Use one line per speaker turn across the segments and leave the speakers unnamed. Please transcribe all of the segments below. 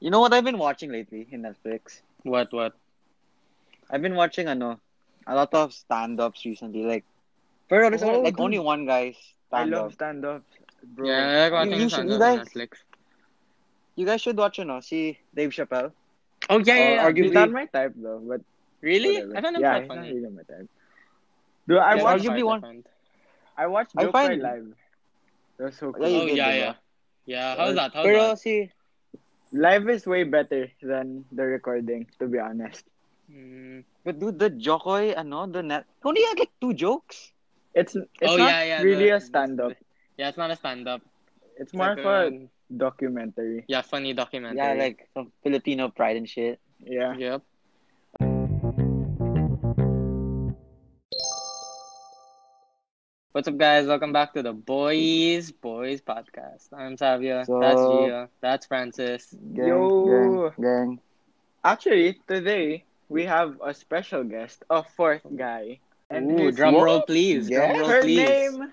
You know what I've been watching lately in Netflix?
What what?
I've been watching ano, a lot of stand-ups recently. Like, pero there's
Oh,
like
dude.
only one guy's
I
stand-up.
love stand up, bro.
Yeah, I
You-
think
you
it's
should-
on
you
on
guys-
Netflix.
You guys should watch, you know, see Dave Chappelle.
Oh yeah, yeah,
Uh,
yeah.
arguably
Dude,
not my type though, but
really?
whatever.
I found it
yeah,
quite
he's not
funny.
really my type. Dude, I
Yeah,
watched
arguably one-
I watched
I
Joke
find-
Ride live. That was so cool.
Yeah, you
Oh
did,
yeah,
diba?
yeah. Yeah, how's that? How's
Pero
that?
si
Live is way better than the recording, to be honest.
Mm.
but dude, the Jokoy, ano, the net. He only had like two jokes.
It's it's
Oh
not
yeah, yeah.
really
the-
a stand up.
Yeah, it's not a stand up.
It's more of a documentary.
yeah, funny documentary.
Yeah, like some Filipino pride and shit.
Yeah.
Yep. What's up, guys? Welcome back to the Boys Boys Podcast. I'm Savio.
So-
That's Gio. That's Francis.
Gang,
Yo.
gang, gang.
Actually, today we have a special guest, a fourth guy.
Ooh,
his-
drum roll, please.
Yeah.
Drum roll,
Her
please.
name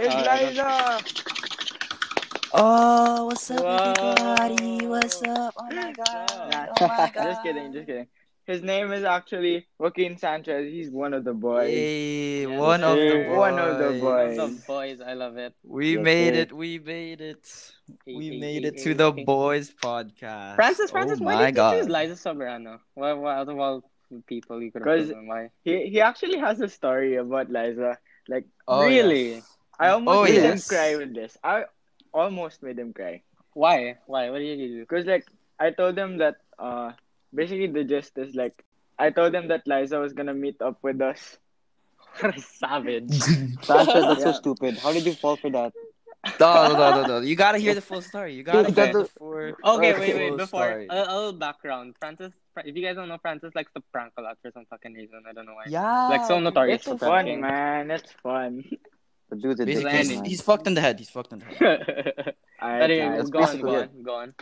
is
Uh, I
Liza.
Oh, what's up,
Whoa.
everybody? What's up? Oh my god!
Nah,
Oh my god!
just kidding, just kidding. His name is actually Joaquin Sanchez. He's one of the boys.
Hey,
Yes,
one of the
sir.
boys.
One of the
Love
boys.
the boys. I love it.
We
Yes,
made
sir.
it. We made it.
Hey,
We
hey,
made
hey,
it
hey,
to the
hey.
boys podcast.
Francis, Francis,
oh
why
my
did you choose
god!
Liza Sobrano? Why, why out of all people you could have
'Cause-
chosen? Why?
He he actually has a story about Liza. Like
Oh,
really?
yes.
I almost
Oh,
made
yes.
him cry with this. I almost made him cry
Why? Why? What did you do?
because like I told him that uh basically the gist is like I told him that Liza was gonna meet up with us.
What a savage.
Sanchez, that's so
Yeah.
stupid. How did you fall for that?
no, no, no, no, no. You gotta hear the full story. You gotta
Dude,
hear
that's
the
a-
full.
Okay,
full
wait, wait. Before uh,
story.
a, a little background, Francis. If you guys don't know, Francis likes to prank a lot for some fucking reason. I don't know why.
yeah.
Like, so notorious
It's
for
fun,
pranking.
man. It's fun.
The dude's a dick,
Basically, he's,
man.
he's fucked in the head. He's fucked in the head.
I,
anyway,
that's
go on,
basically
go
it.
on, go on.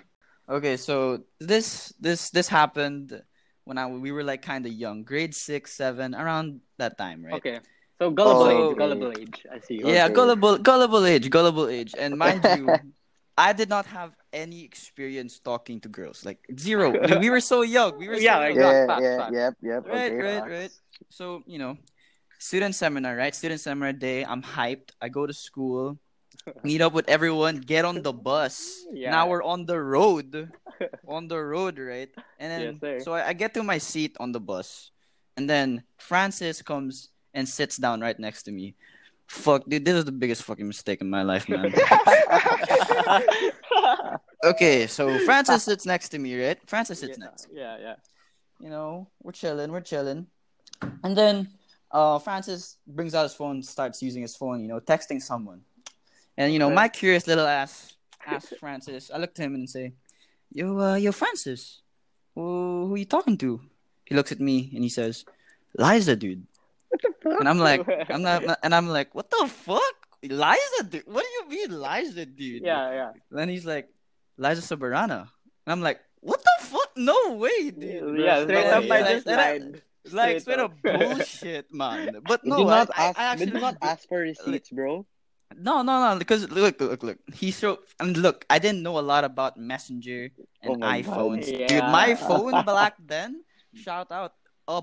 Okay, so this this this happened when I we were like kind of young, grade six, seven, around that time, right?
Okay. So gullible
Oh.
age, gullible age. I see.
Yeah,
Okay.
gullible, gullible age, gullible age, and mind you, I did not have any experience talking to girls, like zero. We, we were so young. We were so
Yeah,
young.
exactly.
yeah,
Fuck,
yeah,
fuck.
yep, yep.
Right,
okay,
right,
fuck.
right. So you know, student seminar, right? Student seminar day. I'm hyped. I go to school, meet up with everyone, get on the bus.
Yeah.
Now we're on the road, on the road, right? And then
Yes, sir.
so I, I get to my seat on the bus, and then Francis comes and sits down right next to me. Fuck, dude, this is the biggest fucking mistake in my life, man. okay, so Francis sits next to me, right? Francis sits next
Yeah, yeah.
you know, we're chilling, we're chilling. And then uh, Francis brings out his phone, starts using his phone, you know, texting someone. And you know,
Okay.
my curious little ass asks Francis. I look to him and say, "Yo, uh, yo, Francis, who, who you talking to?" He looks at me and he says, "Liza, dude." And I'm like, I'm not, and I'm like, what the fuck, Liza, dude? What do you mean, Liza, dude?
yeah, yeah.
Then he's like, Liza Soberana, and I'm like, what the fuck? No way, dude.
Yeah, straight
no,
up,
yeah.
I just
Like,
lied.
Like
Straight
straight up
up.
bullshit, man. But
They
no,
did not
I, I-
ask.
I
they
actually
did not ask for receipts, bro.
No, no, no. Because look, look, look. He showed and look. I didn't know a lot about Messenger
Oh
and
my God.
iPhones, dude. My
Yeah.
phone back then. Shout out a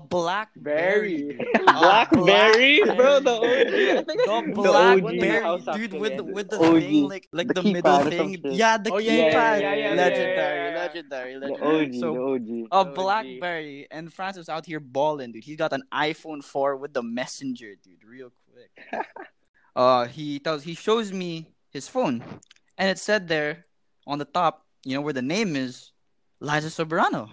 Berry.
BlackBerry. dude. A
Blackberry?
Bro, the OG.
The
The OG.
BlackBerry, dude, with the, with the
OG.
thing like like
The
the,
keypad
middle
or some
thing.
shit.
Yeah, the
Oh,
keypad.
yeah, yeah, yeah, yeah, yeah,
legendary,
yeah, yeah.
legendary,
The
legendary.
OG,
So
the OG.
a
OG.
BlackBerry, and Francis out here balling, dude. He got an iPhone 4 with the messenger, dude, real quick. uh, he tells, he shows me his phone, and it said there on the top, you know, where the name is, Liza Soberano.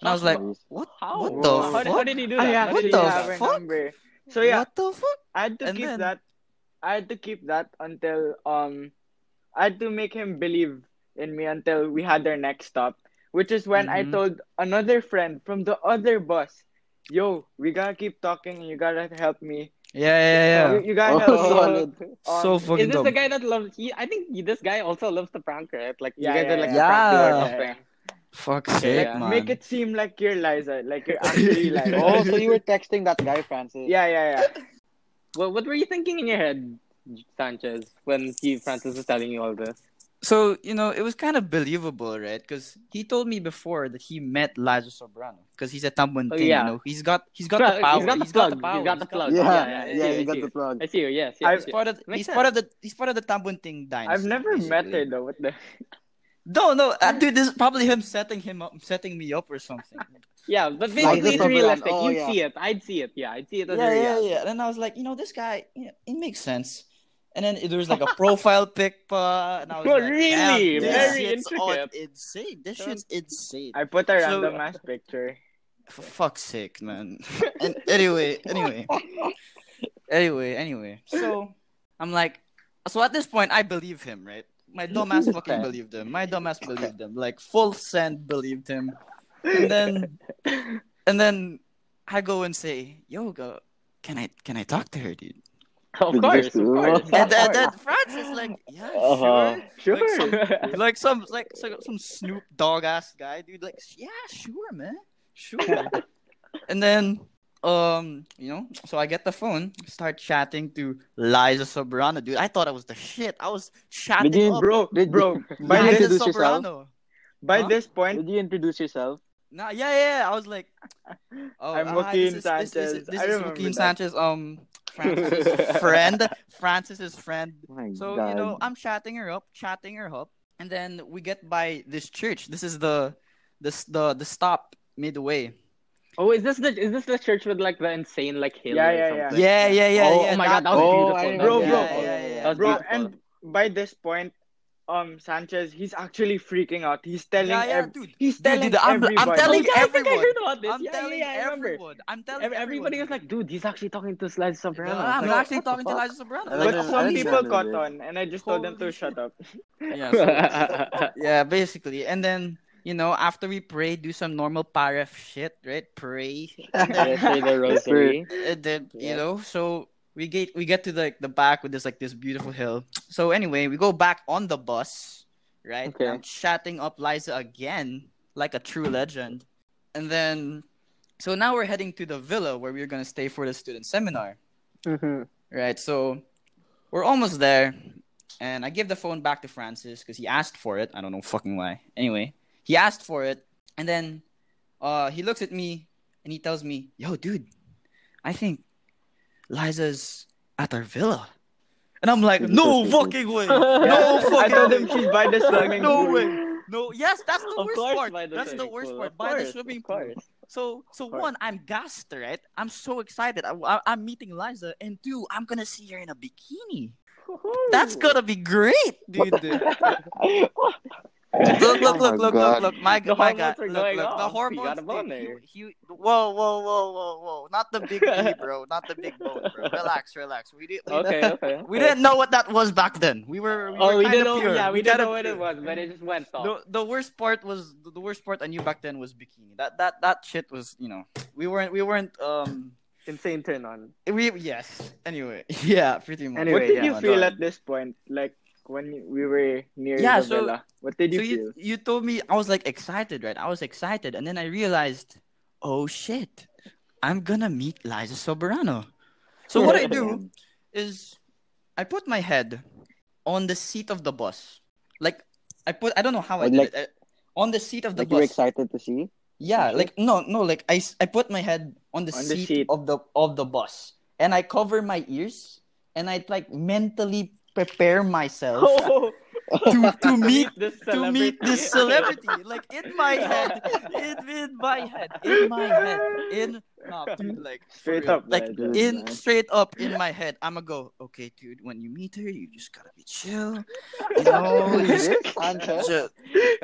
And I was like, what?
How?
What
the
how, did-
fuck?
how did he do
I
that? How did
actually
he do
the
have
that?
a
fuck?
number. So yeah,
What the fuck?
I had to
And
keep
then-
that. I had to keep that until um, I had to make him believe in me until we had our next stop, which is when I
Mhm.
told another friend from the other bus, "Yo, we gotta keep talking. You gotta help me.
Yeah, yeah, yeah.
You, you
Oh,
gotta help." me."
solid.
Um,
so fucking
Is this
dumb.
the guy that loves? He, I think he, this guy also loves to prank, right? Like
Yeah,
you guys
yeah,
are like
yeah.
a prank
Yeah.
or something.
Fuck
Yeah,
sake,
like,
man.
Make it seem like you're Liza, like you're actually Liza.
Oh, so you were texting that guy, Francis?
Yeah, yeah, yeah.
Well, what were you thinking in your head, Sanchez, when he Francis was telling you all this?
so you know it was kind of believable, right? Because he told me before that he met Liza Sobrano because he's a Tambon
Oh,
king.
yeah.
You know, he's got he's got
Plug-
the power.
he's got the plug,
power.
he's got the plug.
Yeah,
yeah,
yeah,
yeah,
you
yeah,
got
yeah.
the plug.
I see you. Yes,
I-
yes.
He's
yes.
part of the,
Makes
he's part of the he's part of the Tambon Ting dynasty.
I've never met her
basically.
though. What the?
No, no, uh, dude, this is probably him setting him up, setting me up or something.
Yeah, but
Like
basically
the
it's
proper-
realistic.
oh,
You'd
yeah.
see it. I'd see it. Yeah, I'd see it as a
yeah, yeah,
reality.
yeah. And then I was like, you know, this guy, yeah, it makes sense. And then there was like a profile pic, pa, and I was
Oh,
like,
really?
damn, this
Very
shit's all
intricate.
insane. This
Sure.
shit's insane.
I put a
So-
random ass picture.
For fuck's sake, man. and anyway, anyway, anyway, anyway. So I'm like, so at this point, I believe him, right? My dumbass fucking believed him. My dumbass believed him. Like full send believed him. and then and then I go and say, "Yoga, can I can I talk to her, dude?"
Of
Did
course, of
you-
course.
And then, then Francis like, "Yeah,
Uh-huh.
Sure.
Like some- sure." Like some like some, some Snoop Dogg ass guy, dude. Like, yeah, sure, man, sure. and then um, you know, so I get the phone, start chatting to Liza Sobrano, dude. I thought I was the shit. I was chatting
Did you-
up
bro,
Did-
bro.
Did you
By this,
Liza
introduce yourself?
Sobrano.
by
Huh?
this point,
Did you introduce yourself?
Nah, yeah, yeah, yeah. I was like, oh,
I'm
ah,
Joaquin
this is, this is-
Sanchez.
This
I
is,
remember
Joaquin
that.
Sanchez. Um, Francis's friend. Francis's friend.
Oh my
So
God.
you know, I'm chatting her up, chatting her up, and then we get by this church. This is the, this the the stop midway.
Oh, is this the is this the church with like the insane like hill?
Yeah,
or
yeah,
something?
Like,
yeah, yeah, yeah,
oh,
yeah.
oh my god, that was
Oh,
beautiful.
I
That
remember.
was
Bro, bro.
beautiful.
Yeah, yeah, yeah.
That was
bro,
beautiful.
and by this point, um, Sanchez, he's actually freaking out. He's telling,
yeah, yeah,
ev-
dude.
he's telling
Dude, dude, I'm- I'm
everybody.
oh,
telling
yeah, I think I
everyone.
heard about this.
I'm
yeah,
telling
yeah, yeah, I remember.
everyone. I'm telling
Ev- Everybody
everyone.
was like, dude, he's actually talking to Slice Sobrano.
No, I'm
It's like,
actually
what the
talking to
fuck?
Liza Sobrano.
I
But
Like,
don't-
some
I don't
people
remember
caught
this.
on, and I just told them
Holy
to shut up.
yeah, so- yeah, basically. And then, you know, after we pray, do some normal paraf shit, right? Pray. And then,
Say the rosary.
and then you
Yeah.
know, so we get we get to the the back with this like this beautiful hill. So anyway, we go back on the bus, right?
Okay.
I'm chatting up Liza again, like a true legend. And then so now we're heading to the villa where we're gonna stay for the student seminar. Right. So we're almost there. And I give the phone back to Francis because he asked for it. I don't know fucking why. Anyway, he asked for it. And then uh, he looks at me and he tells me, Yo, dude, I think Liza's at our villa. And I'm like, No fucking way. No
Yeah, I
fucking
told
way.
him she's by the swimming
no
pool.
way. No, yes, that's the
Of
worst
course,
part.
by the
that's the
swimming
worst
pool.
part.
Of
by the
course,
swimming
of
pool.
course.
So, so
course.
one, I'm gassed, right? I'm so excited. I, I, I'm meeting Liza, and two, I'm gonna see her in a bikini. That's gonna be great, dude. look, look,
Oh
look,
my
look,
God.
look, look, my,
The
my
hormones
God,
are
look,
going
look, the
off. You
hormones.
got a boner.
dude, you- you- whoa, whoa, whoa, whoa, whoa! Not the big B, bro. Not the big bone, bro. Relax, relax. We did, we,
Okay, okay.
we didn't know what that was back then. We were, we
Oh,
were
we
kinda
didn't know.
pure.
Yeah, we
kinda
didn't know what
pure.
it was, but it just went
Oh.
off.
The, the worst part was the worst part I knew back then was bikini. That that that shit was you know we weren't we weren't um
Insane turn on.
we yes anyway yeah pretty much
what did
yeah,
you
man.
feel at this point? Like when you- we were near
Yeah,
the
so-
villa, what did you
so you you told me I was like excited right I was excited and then I realized oh shit I'm gonna meet Liza Soberano so what I do is I put my head on the seat of the bus like I put I don't know how
Or
I did
like-
it I- on the seat of the
Like you were
bus
excited to see?
Yeah, like no, no, like I, s- I put my head on the,
On the
seat,
seat.
of the of the bus, and I cover my ears, and I like mentally prepare myself
feel?
to to meet
This
to meet this celebrity. Like in my head, in, in my head, in my head, in nah, dude, like for
Straight
real,
up,
like
man,
dude,
in
man.
straight up in my head. I'ma go, okay, dude. When you meet her, you just gotta be chill. You know, you just,
Sanchez?
ju-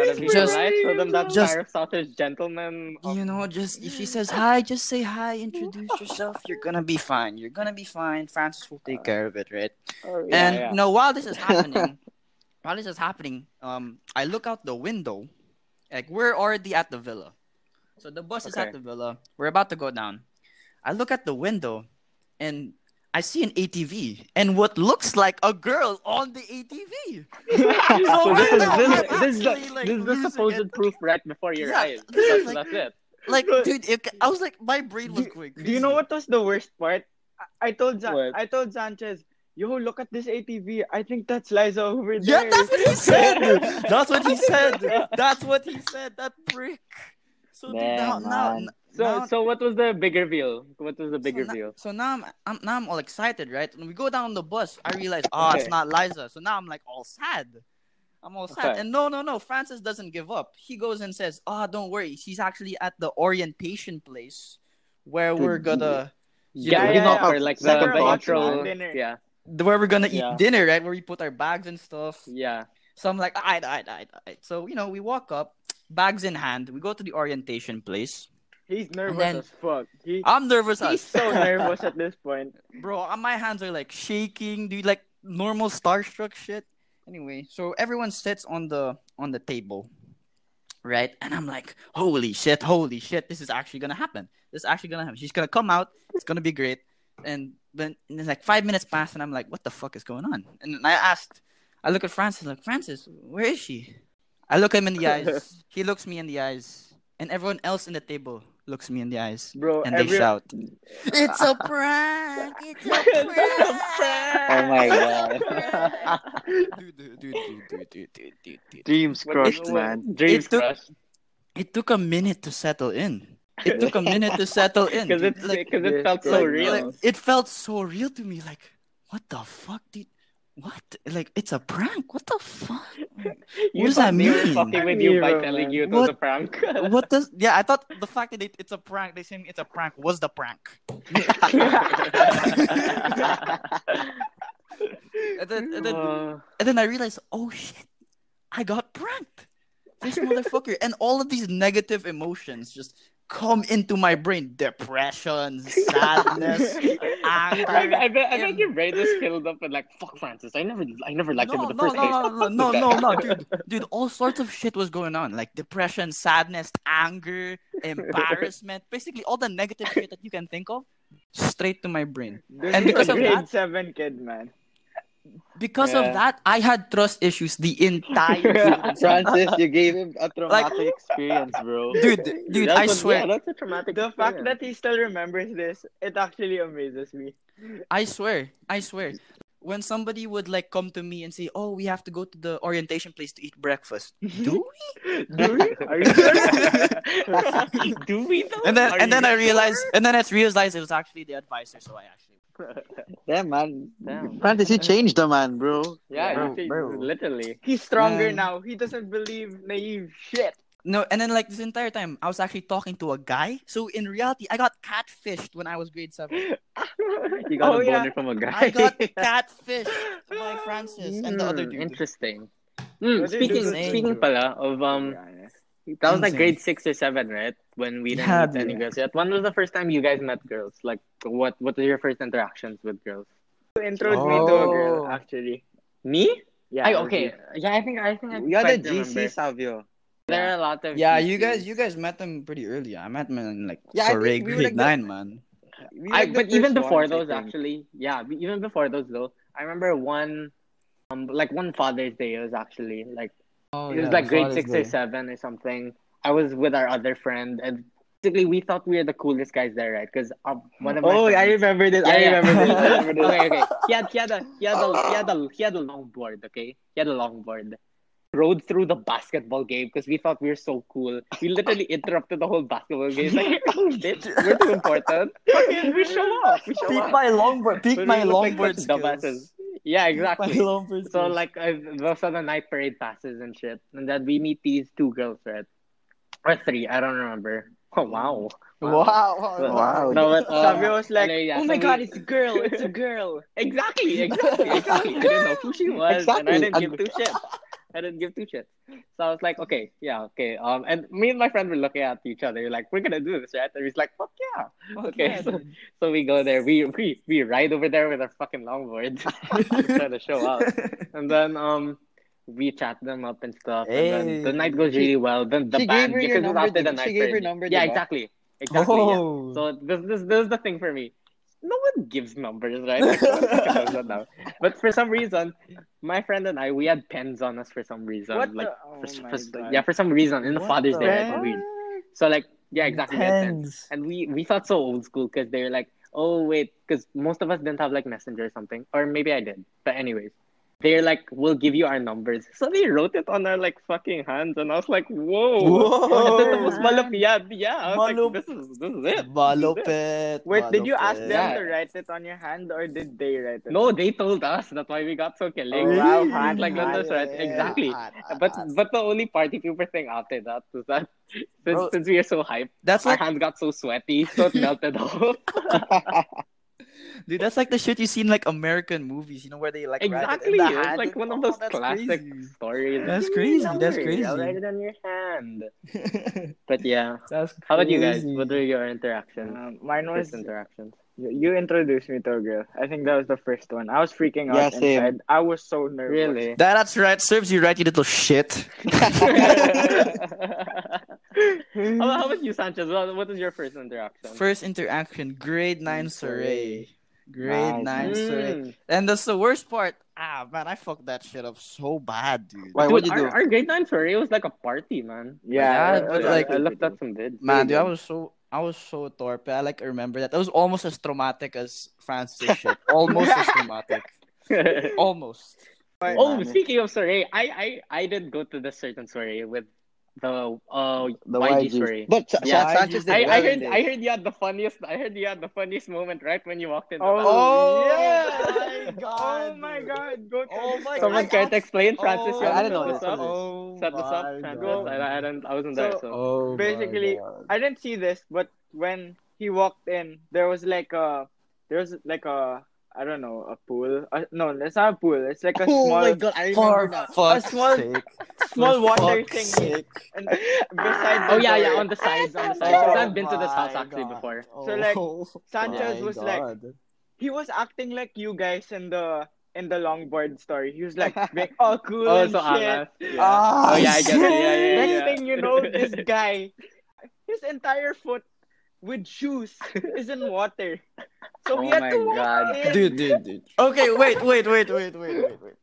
just
Just-
right? show them that
just-
Fire Sausage gentleman. of-
you
Um,
know, just if she says hi, just say hi, introduce yourself. You're gonna be fine. You're gonna be fine. Francis will take care of it, right?
Uh, Oh, yeah,
and
yeah.
you know, while this is happening, while this is happening, um, I look out the window, like we're already at the villa, so the bus is
Okay.
at the villa. We're about to go down. I look at the window, and I see an ATV and what looks like a girl on the ATV.
so
So
this
right
is
now,
this,
I'm
this is the,
actually, like,
this is
losing
the supposed
it.
proof right before your
Yeah,
eyes.
this
That's,
is like-
that's it.
Like, dude, it, I was like, my brain was going.
Do you know
crazy.
what was the worst part? I, I told Sa-
What?
I told Sanchez, yo, look at this ATV. I think that's Liza over there.
Yeah, that's what he said. that's what he said. That's what he said. That prick. So dude, now,
Damn,
now,
man.
So
now-
so what was the big reveal? What was the big
so
reveal?
Now, so now I'm, I'm now I'm all excited, right? When we go down on the bus, I realize, oh, it's
Okay.
not Liza. So now I'm like all sad. I'm all sad.
Okay.
And no, no, no. Francis doesn't give up. He goes and says, oh, don't worry. She's actually at the orientation place where
Dude,
we're gonna you
yeah,
know,
yeah,
you know,
yeah,
how
or like the,
second
the
box,
intro.
man. Dinner.
Yeah,
where we're gonna
Yeah.
eat dinner, right? Where we put our bags and stuff.
yeah.
So I'm like, alright, alright, alright, alright. So you know, we walk up, bags in hand. We go to the orientation place.
He's nervous
then-
as fuck. He,
I'm nervous
he's
as
so nervous at this point.
bro. uh, My hands are like shaking, dude. Like normal starstruck shit. Anyway, so everyone sits on the on the table, right? And I'm like, holy shit, holy shit, this is actually gonna happen. This is actually gonna happen. She's gonna come out. It's gonna be great. And then and it's like five minutes pass, and I'm like, what the fuck is going on? And I asked, I look at Francis, like Francis, where is she? I look him in the eyes. He looks me in the eyes, and everyone else in the table looks me in the eyes.
Bro,
And
every-
they shout, "It's a prank! It's
Oh my
a
god.
prank!" dude, dude, dude, dude, dude, dude, dude, dude, dude.
Dreams
But
crushed,
you know what?
man.
Dreams
It took-
crushed
It took a minute to settle in. It took a minute to settle in.
because
dude.
it
like,
because it
this
felt so
girl-
like,
real.
like, it felt so real to me. Like, what the fuck, dude? What? Like, it's a prank. What the fuck?
You
what does
thought
that
they were
mean?
fucking with you by
Hero,
telling
man.
you it was a prank.
What does? Yeah, I thought the fact that it, it's a prank. They saying it's a prank was the prank. And then, and then,
Uh,
And then I realized, oh shit, I got pranked. This motherfucker. and all of these negative emotions just come into my brain depression, sadness,
I,
anger.
I bet I bet
Him.
your brain is filled up with like fuck Francis. I never I never liked him
No,
in the
no,
first place.
no, no, no, no, no, dude, dude, all sorts of shit was going on, like depression, sadness, anger, embarrassment, basically all the negative shit that you can think of, straight to my brain.
this
And
is
because
a
of
grade
that-
seven kid, man.
Because
Yeah.
of that, I had trust issues the entire season.
Francis, you gave him a traumatic experience, bro.
dude, dude,
That's
I
what-
swear,
yeah, that's a traumatic.
The fact
experience.
that he still remembers this, it actually amazes me.
I swear, I swear. When somebody would like come to me and say, "Oh, we have to go to the orientation place to eat breakfast," do we?
Do we? Are you sure?
do we though?
and then
Are
and then
you
I realized, and then I realized it was actually the advisor, so I actually.
Damn, man.
Damn.
Francis, you changed the man, bro.
Yeah,
Bro,
you-
bro.
literally.
He's stronger
Man.
now. He doesn't believe naive shit.
No, and then like this entire time, I was actually talking to a guy. So in reality, I got catfished when I was grade seven.
You got
Oh,
a
yeah.
boner from a guy.
I got catfished by Francis and the other
Hmm,
dude.
Interesting. Hmm,
What did
speaking
you do?
speaking pala of um that was like
Insane.
grade six or seven, right? When we didn't
Yeah,
meet any
dude.
girls yet. When was the first time you guys met girls? Like what what were your first interactions with girls?
You introed me to a girl,
Oh.
actually.
Me?
Yeah.
I,
it was
okay.
you.
Yeah, I think I think I
You are the
quite remember.
GC, Savio.
There are a lot of
Yeah,
GCs.
you guys, you guys met them pretty early. I met them in like
Yeah, I think
sorry,
we were,
grade
like, the-
nine, man.
We were
I,
the
but even
first
before
ones, I
those,
think.
actually, yeah, but even before those, though, I remember one, um, like one Father's Day. It was actually like
Oh,
it was like grade six or seven or something. I was with our other friend, and basically we thought we were the coolest guys there, right? Because um, one of my
Oh, I
friends-
remember this. I
Yeah, yeah.
remember this. I remember this.
okay, okay. He had, he had a he had a he had a he had a longboard. Okay, he had a longboard. Rode through the basketball game because we thought we were so cool. We literally interrupted the whole basketball game. Like, oh, bitch, we're too important. Fucking, we show up. We show up.
Peak my longboard. Peak
But
my
we look like
longboard
such dumbasses.
skills.
Yeah,
My
exactly.
longboard
So
skills.
like I, those are the night parade passes and shit, and then we meet these two girls, right? Or three, I don't remember. Oh wow!
wow,
Wow.
No, but, uh,
Savio was like,
anyway, yeah,
"Oh my
so we-
god, it's a girl! It's a girl!"
Exactly, exactly, exactly. I didn't know who she was,
Exactly.
and I didn't
And-
give two shits. I didn't give two shits. So I was like, okay, yeah, okay. Um, and me and my friend were looking at each other, like, we're gonna do this, right? And he's like, fuck yeah. Okay, so- So we go there, we we we ride over there with our fucking longboard, trying to show up. and then um we chat them up and stuff. And
Hey.
then the night goes really well. Then the
she
band
gave her your
because it was
number,
after the
di-
night.
she gave her
parade.
number,
Yeah,
diba?
exactly. Exactly. Yeah.
oh.
So this this this is the thing for me. No one gives numbers, right? Like, no one does that now. But for some reason, my friend and I we had pens on us for some reason.
what?
like
the- oh
for,
my
for,
God.
yeah, for some reason in the
What
Father's
the
Day, right? when we- So like yeah, exactly. we had pens.
Tens.
And we we felt so old school because they were like, oh wait, because most of us didn't have like Messenger or something, or maybe I did. But anyways, they're like, we'll give you our numbers. So they wrote it on our like fucking hands, and I was like, whoa,
Whoa.
This is the most malupiyad. Yeah, I was like,
Malup-
this is this is it.
Balopet.
Wait, did you ask them
Yeah.
to write it on your hand or did they write it?
No, they told us. That's why we got so killing.
Oh, wow, hot,
like
hot.
that's right. Exactly. But but the only party pooper thing after that was that since,
Bro.
since we are so hyped,
that's
our
like
hands got so sweaty, so it melted off.
dude, that's like the shit you see in like American movies, you know, where they like write it in
exactly.
the
It's
hand.
like one of
Oh,
those
that's
classic
crazy.
stories.
That's
Give me your
crazy, that's
number, I'll
crazy.
write it on your hand. But yeah.
That's
How about you guys? What are your interactions?
Um, mine
First
was
interactions.
you you introduced me to a girl. I think that was the first one. I was freaking out
Yeah, same.
inside. I was so nervous.
Really?
That- that's right. Serves you right, you little shit.
how,
Hmm.
about, how about you, Sanchez? What what is your first interaction?
First interaction, grade nine
Surrey.
survey. Grade
Nice.
nine survey.
Mm.
And that's the worst part. Ah man, I fucked that shit up so bad, dude.
Why?
Dude,
What'd you
our,
do?
our grade nine survey was like a party, man.
Yeah,
Yeah,
it
I-
but
was
I-
like-
I looked at some vids.
Man, dude, I was so I was so torpe. I like remember that. That was almost as traumatic as Francis shit. Almost as traumatic. Almost.
oh,
man.
speaking of soiree, I, I I did go to this certain soiree with the uh
The
YG,
YG.
soiree.
But Sa-
Yeah.
Sa- Sanchez did
I,
well
I
in
heard
this.
I heard you had the funniest I heard you had the funniest moment right when you walked in. the
Oh,
bathroom.
Oh
yeah.
my god.
Oh my god, go
Oh
to
my
Someone
I
care to
asked-
explain, Francis?
Oh,
you
I
wanna
didn't know
set
this.
us up?
Oh
Set us up,
my
Francis.
God.
I, I didn't. I wasn't there.
So-
So
Oh,
basically, I didn't see this, but when he walked in, there was like a there was like a I don't know a pool. Uh, no, it's not a pool. It's like a
Oh
small
my god, I remember
for
that.
fuck's
small-
sake.
small
For
water
fuck's
thingy.
sake.
and beside the
oh yeah, yeah,
door,
on the sides, on the sides.
Oh
Because I've been to this house
my
actually
God.
before.
So, like,
Oh
Sanchez
my
was like-
God.
he was acting like you guys in the in the longboard story. He was like being all cool
Oh,
and
so
shit.
Alas. Yeah.
Ah,
Oh, yeah, I get it. Yeah, yeah,
shit.
yeah,
Next
yeah.
thing you know, this guy, his entire foot with shoes is in water. So we
Oh
had to
my
walk
God.
in.
Dude, dude, dude. Okay, wait, wait, wait, wait, wait, wait, wait.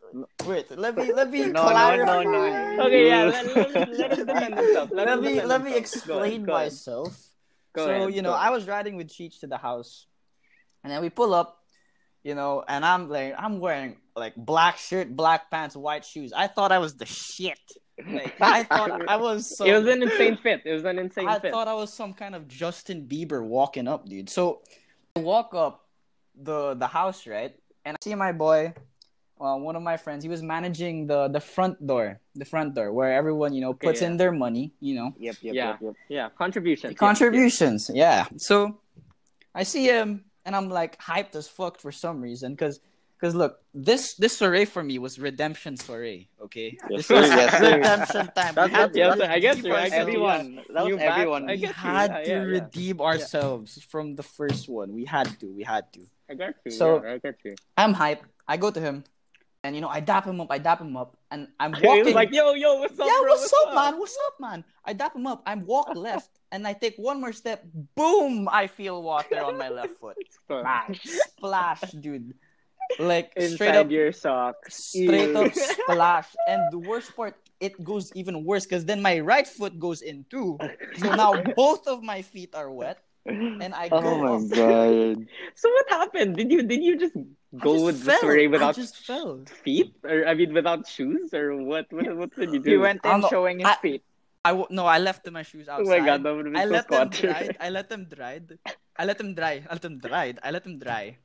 Wait, let me let me
No, no,
clarify.
no, no.
Okay, yeah. Let, let, let, let us defend themselves.
Let,
us
me
defend
let me
themselves. Go
explain
ahead, go ahead.
myself.
Go
so
ahead,
you know,
go
I was riding with Cheech to the house, and then we pull up, you know, and I'm like, I'm wearing like black shirt, black pants, white shoes. I thought I was the shit. Like, I thought I was so.
it was an insane fit. It was an insane
I
fit.
thought I was some kind of Justin Bieber walking up, dude. So I walk up the the house, right, and I see my boy, uh, one of my friends. He was managing the the front door, the front door where everyone you know
Okay,
puts
yeah.
in their money, you know,
Yep, yep,
Yeah.
yep, yep.
Yeah, contribution.
contributions. Yeah. So I see him, and I'm like hyped as fuck for some reason, cause. Cause look, this this soiree for me was redemption soiree. Okay,
Yes,
this
sir,
was
yes, sir.
redemption time.
That's-
We had
that's-
to
Yeah, so I guess
redeem
you. I guess
ourselves.
you.
Everyone. That was
New batch.
everyone.
I
we
get you.
had
Yeah,
to
yeah, yeah.
redeem ourselves from the first one. We had to. We had to.
I got you.
So-
yeah, I got you.
I'm hyped. I go to him, and you know, I dap him up. I dap him up, and I'm
He
walking.
was like, yo, yo, what's up,
yeah,
bro?
what's, up, man? What's up, man? I dap him up. I walk left, and I take one more step. Boom! I feel water on my left foot. Splash, splash, dude. Like straight
inside
up,
your sock.
straight
Ew.
up splash. And the worst part, it goes even worse because then my right foot goes in too. So now both of my feet are wet, and I go
Oh
off.
my god.
So what happened? Did you did you just
I
go
just
with the
fell.
story
I
without
just fell.
feet, or I mean, without shoes, or what? What, what did you do?
He went in
I'm not-
showing his
I-
feet.
I w- no, I left my shoes
Oh my
outside.
god, that would have been
I
so
let them
squat.
dry. I let them dry. I let them dry. I let them dry. I let them dry.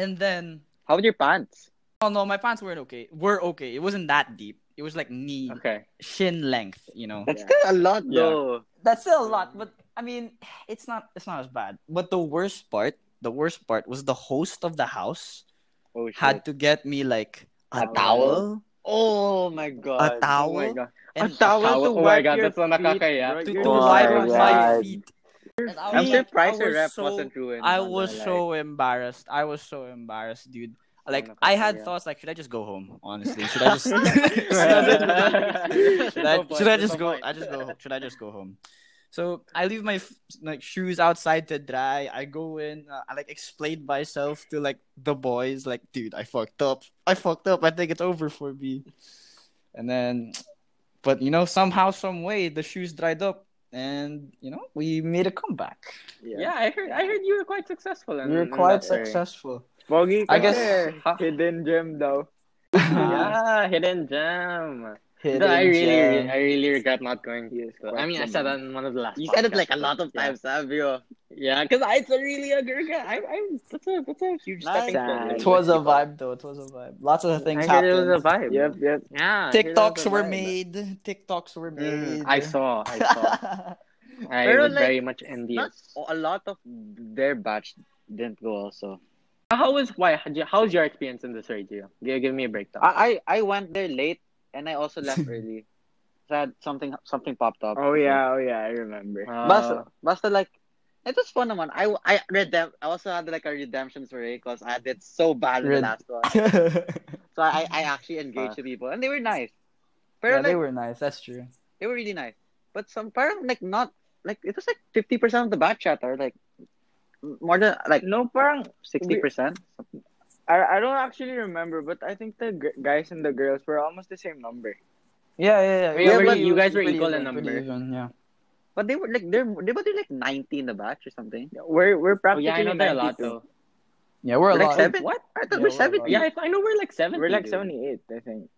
And then
How about your pants?
oh no, my pants weren't okay. Were okay. It wasn't that deep. It was like knee,
Okay.
shin length. You know.
That's still a lot
Yeah.
though.
That's still a lot, but I mean, it's not. It's not as bad. But the worst part, the worst part was the host of the house
Oh shit.
had to get me like a,
A
towel.
towel? Oh my god.
A towel?
Oh my god.
A
and
towel
towel-
to
oh my
wipe
God,
your
that's so
feet,
nakakaya.
bro.
to,
You're
to
Oh
wipe
my
my
God.
feet. And I
I'm
was like-
surprised
I
your
was
rep
so-
wasn't ruined.
I
man.
was
Like,
so embarrassed. I was so embarrassed, dude. Like
not
I
gonna
had
lie.
thoughts like, should I just go home? Honestly, should I just should I,
There's
should
no
I,
point,
should I
there's
just
no
go?
point.
I just go. Should I just go home? So I leave my f- like shoes outside to dry. I go in. Uh, I like explain myself to like the boys. Like, dude, I fucked up. I fucked up. I think it's over for me. And then, but you know, somehow, some way, the shoes dried up. and you know we made a comeback.
Yeah. I heard. I heard you were quite successful. In,
We were
in
quite
that area.
successful.
Foggy, I
I guess-
guess hidden gem though.
yeah, hidden gem.
Hidden
No, I really,
gem.
I really regret not going.
He is
I mean, I said that in one of the last.
You said it like a
podcasts.
lot of
Yeah.
times, Savio.
Yeah, because it's a really a regret. I, I, that's a, that's a huge
Nice.
stepping stone.
Sad.
It was a vibe, though. It was a vibe. Lots of
I
things
heard it was a vibe.
happened.
Yep, yep.
Yeah. I heard it was
TikToks
a
were
vibe.
made. TikToks were made.
Mm, I saw. I saw. I
Pero,
was
like,
very much
Not
envious.
a lot of their batch didn't go also.
How was why? How was your experience in this radio? Give, give me a breakdown.
I, I, I went there late and I also left early. Sad something something popped up.
Oh yeah, oh yeah, I remember.
Uh,
Basta, basta like it was fun naman. I I redem I also had like a redemption story because I did so bad in the
Red-
last one. So I I actually engaged the people and they were nice. Pero like
yeah, they were nice. That's true.
they were really nice. But some parang like not like it was like fifty percent of the batch chat or like more than like
No, parang
sixty percent.
I, I don't actually remember, but I think the g- guys and the girls were almost the same number.
Yeah, yeah, yeah.
Yeah,
We
but
were-
you guys were
pretty
equal in
even, pretty
number.
even, yeah.
But they were like they're they were like ninety in the batch or something.
We're
oh,
we're practically
yeah, I know they're a lot
92.
though.
Yeah, we're a
We're like
lot.
seven.
What?
I
Yeah,
thought
we're
we're
a
seventy.
lot.
Yeah, I, I know we're like seventy.
We're like
dude.
seventy eight, I think.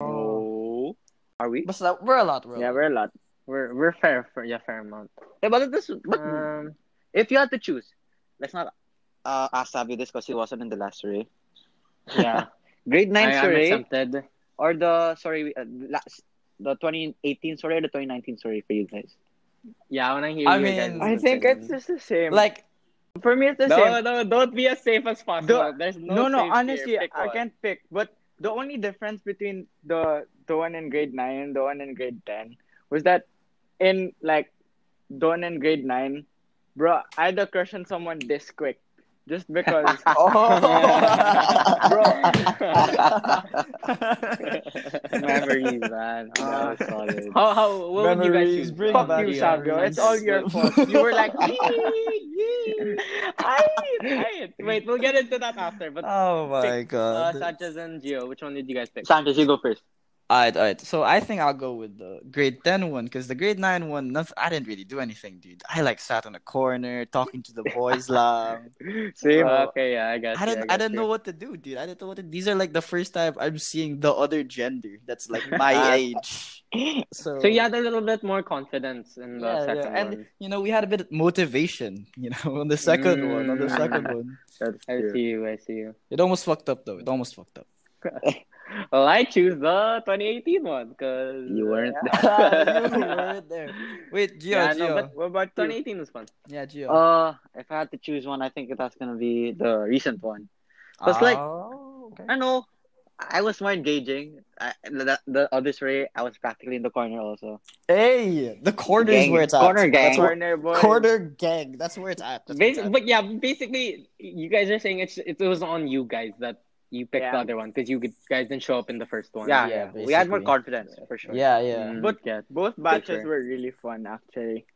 Oh.
Oh. Are we?
But that- we're a lot, bro.
Yeah, we're a lot.
We're we're fair for yeah fair amount.
Yeah, but this but
Uh.
Um,
if you had to choose, let's not uh, ask Sabi this because he wasn't in the last survey.
yeah,
Grade
I
nine
am
survey
accepted.
or the sorry uh, last the 2018 survey or the 2019 survey for you guys.
Yeah, when I hear
I
you
mean-
guys,
I think it's just the same.
like,
for me, it's the same.
no, no, don't be as safe as possible.
Don't-
There's no.
No, no,
safe
honestly,
here. Pick
I
one.
can't pick. But the only difference between the the one in grade nine and the one in grade ten was that in like the one in grade nine, bro, I had a crush on someone this quick, just because,
oh,
bro.
Memories, man. Ah.
solid.
how how what would you guys choose?
Memories bring
Fuck
back
you,
the
Sabio. It's
memories.
all your fault. You were like, "Yee, yee."
I, I, wait, we'll get into that after. But
oh my
Pick, uh,
god.
Sanchez and Gio, which one did you guys pick?
Sanchez, you go first.
Alright, alright. So I think I'll go with the grade 10 one because the grade 9 one, nothing, I didn't really do anything, dude. I like sat in a corner talking to the boys lang.
Same.
Uh, okay, yeah, I got
I
you,
didn't,
got
I didn't
you.
know what to do, dude. I didn't know what to, These are like the first time I'm seeing the other gender that's like
Ah.
my age. So,
Uh, So you had a little bit more confidence in the
yeah,
second
yeah. And,
one.
you know, we had a bit of motivation, you know, on the second one, on the
Mm.
second one.
That's
I see you, I see you.
It almost fucked up, though. It almost fucked up.
Well, I choose the 2018 one because
You weren't
Ah, you weren't there. Wait, Gio,
Yeah,
Gio.
no, but-
What about you?
2018 was fun.
Yeah, Gio.
Uh, if I had to choose one, I think that's gonna be the recent one. was like-
Oh, okay.
I know. I was more engaging. I, the, the other survey, I was practically in the corner also.
Hey, the corner is
Gang.
where it's at.
Corner gang.
That's where,
Corner boy.
corner gang. That's where it's at. That's where it's
Basi-
at.
but yeah, basically, you guys are saying it's it was on you guys that you picked the
Yeah.
other one because you g- guys didn't show up in the first one.
Yeah,
yeah,
we had more
basically.
confidence for sure.
Yeah, yeah.
Mm,
But-
yeah.
Both
sure.
batches were really fun, actually.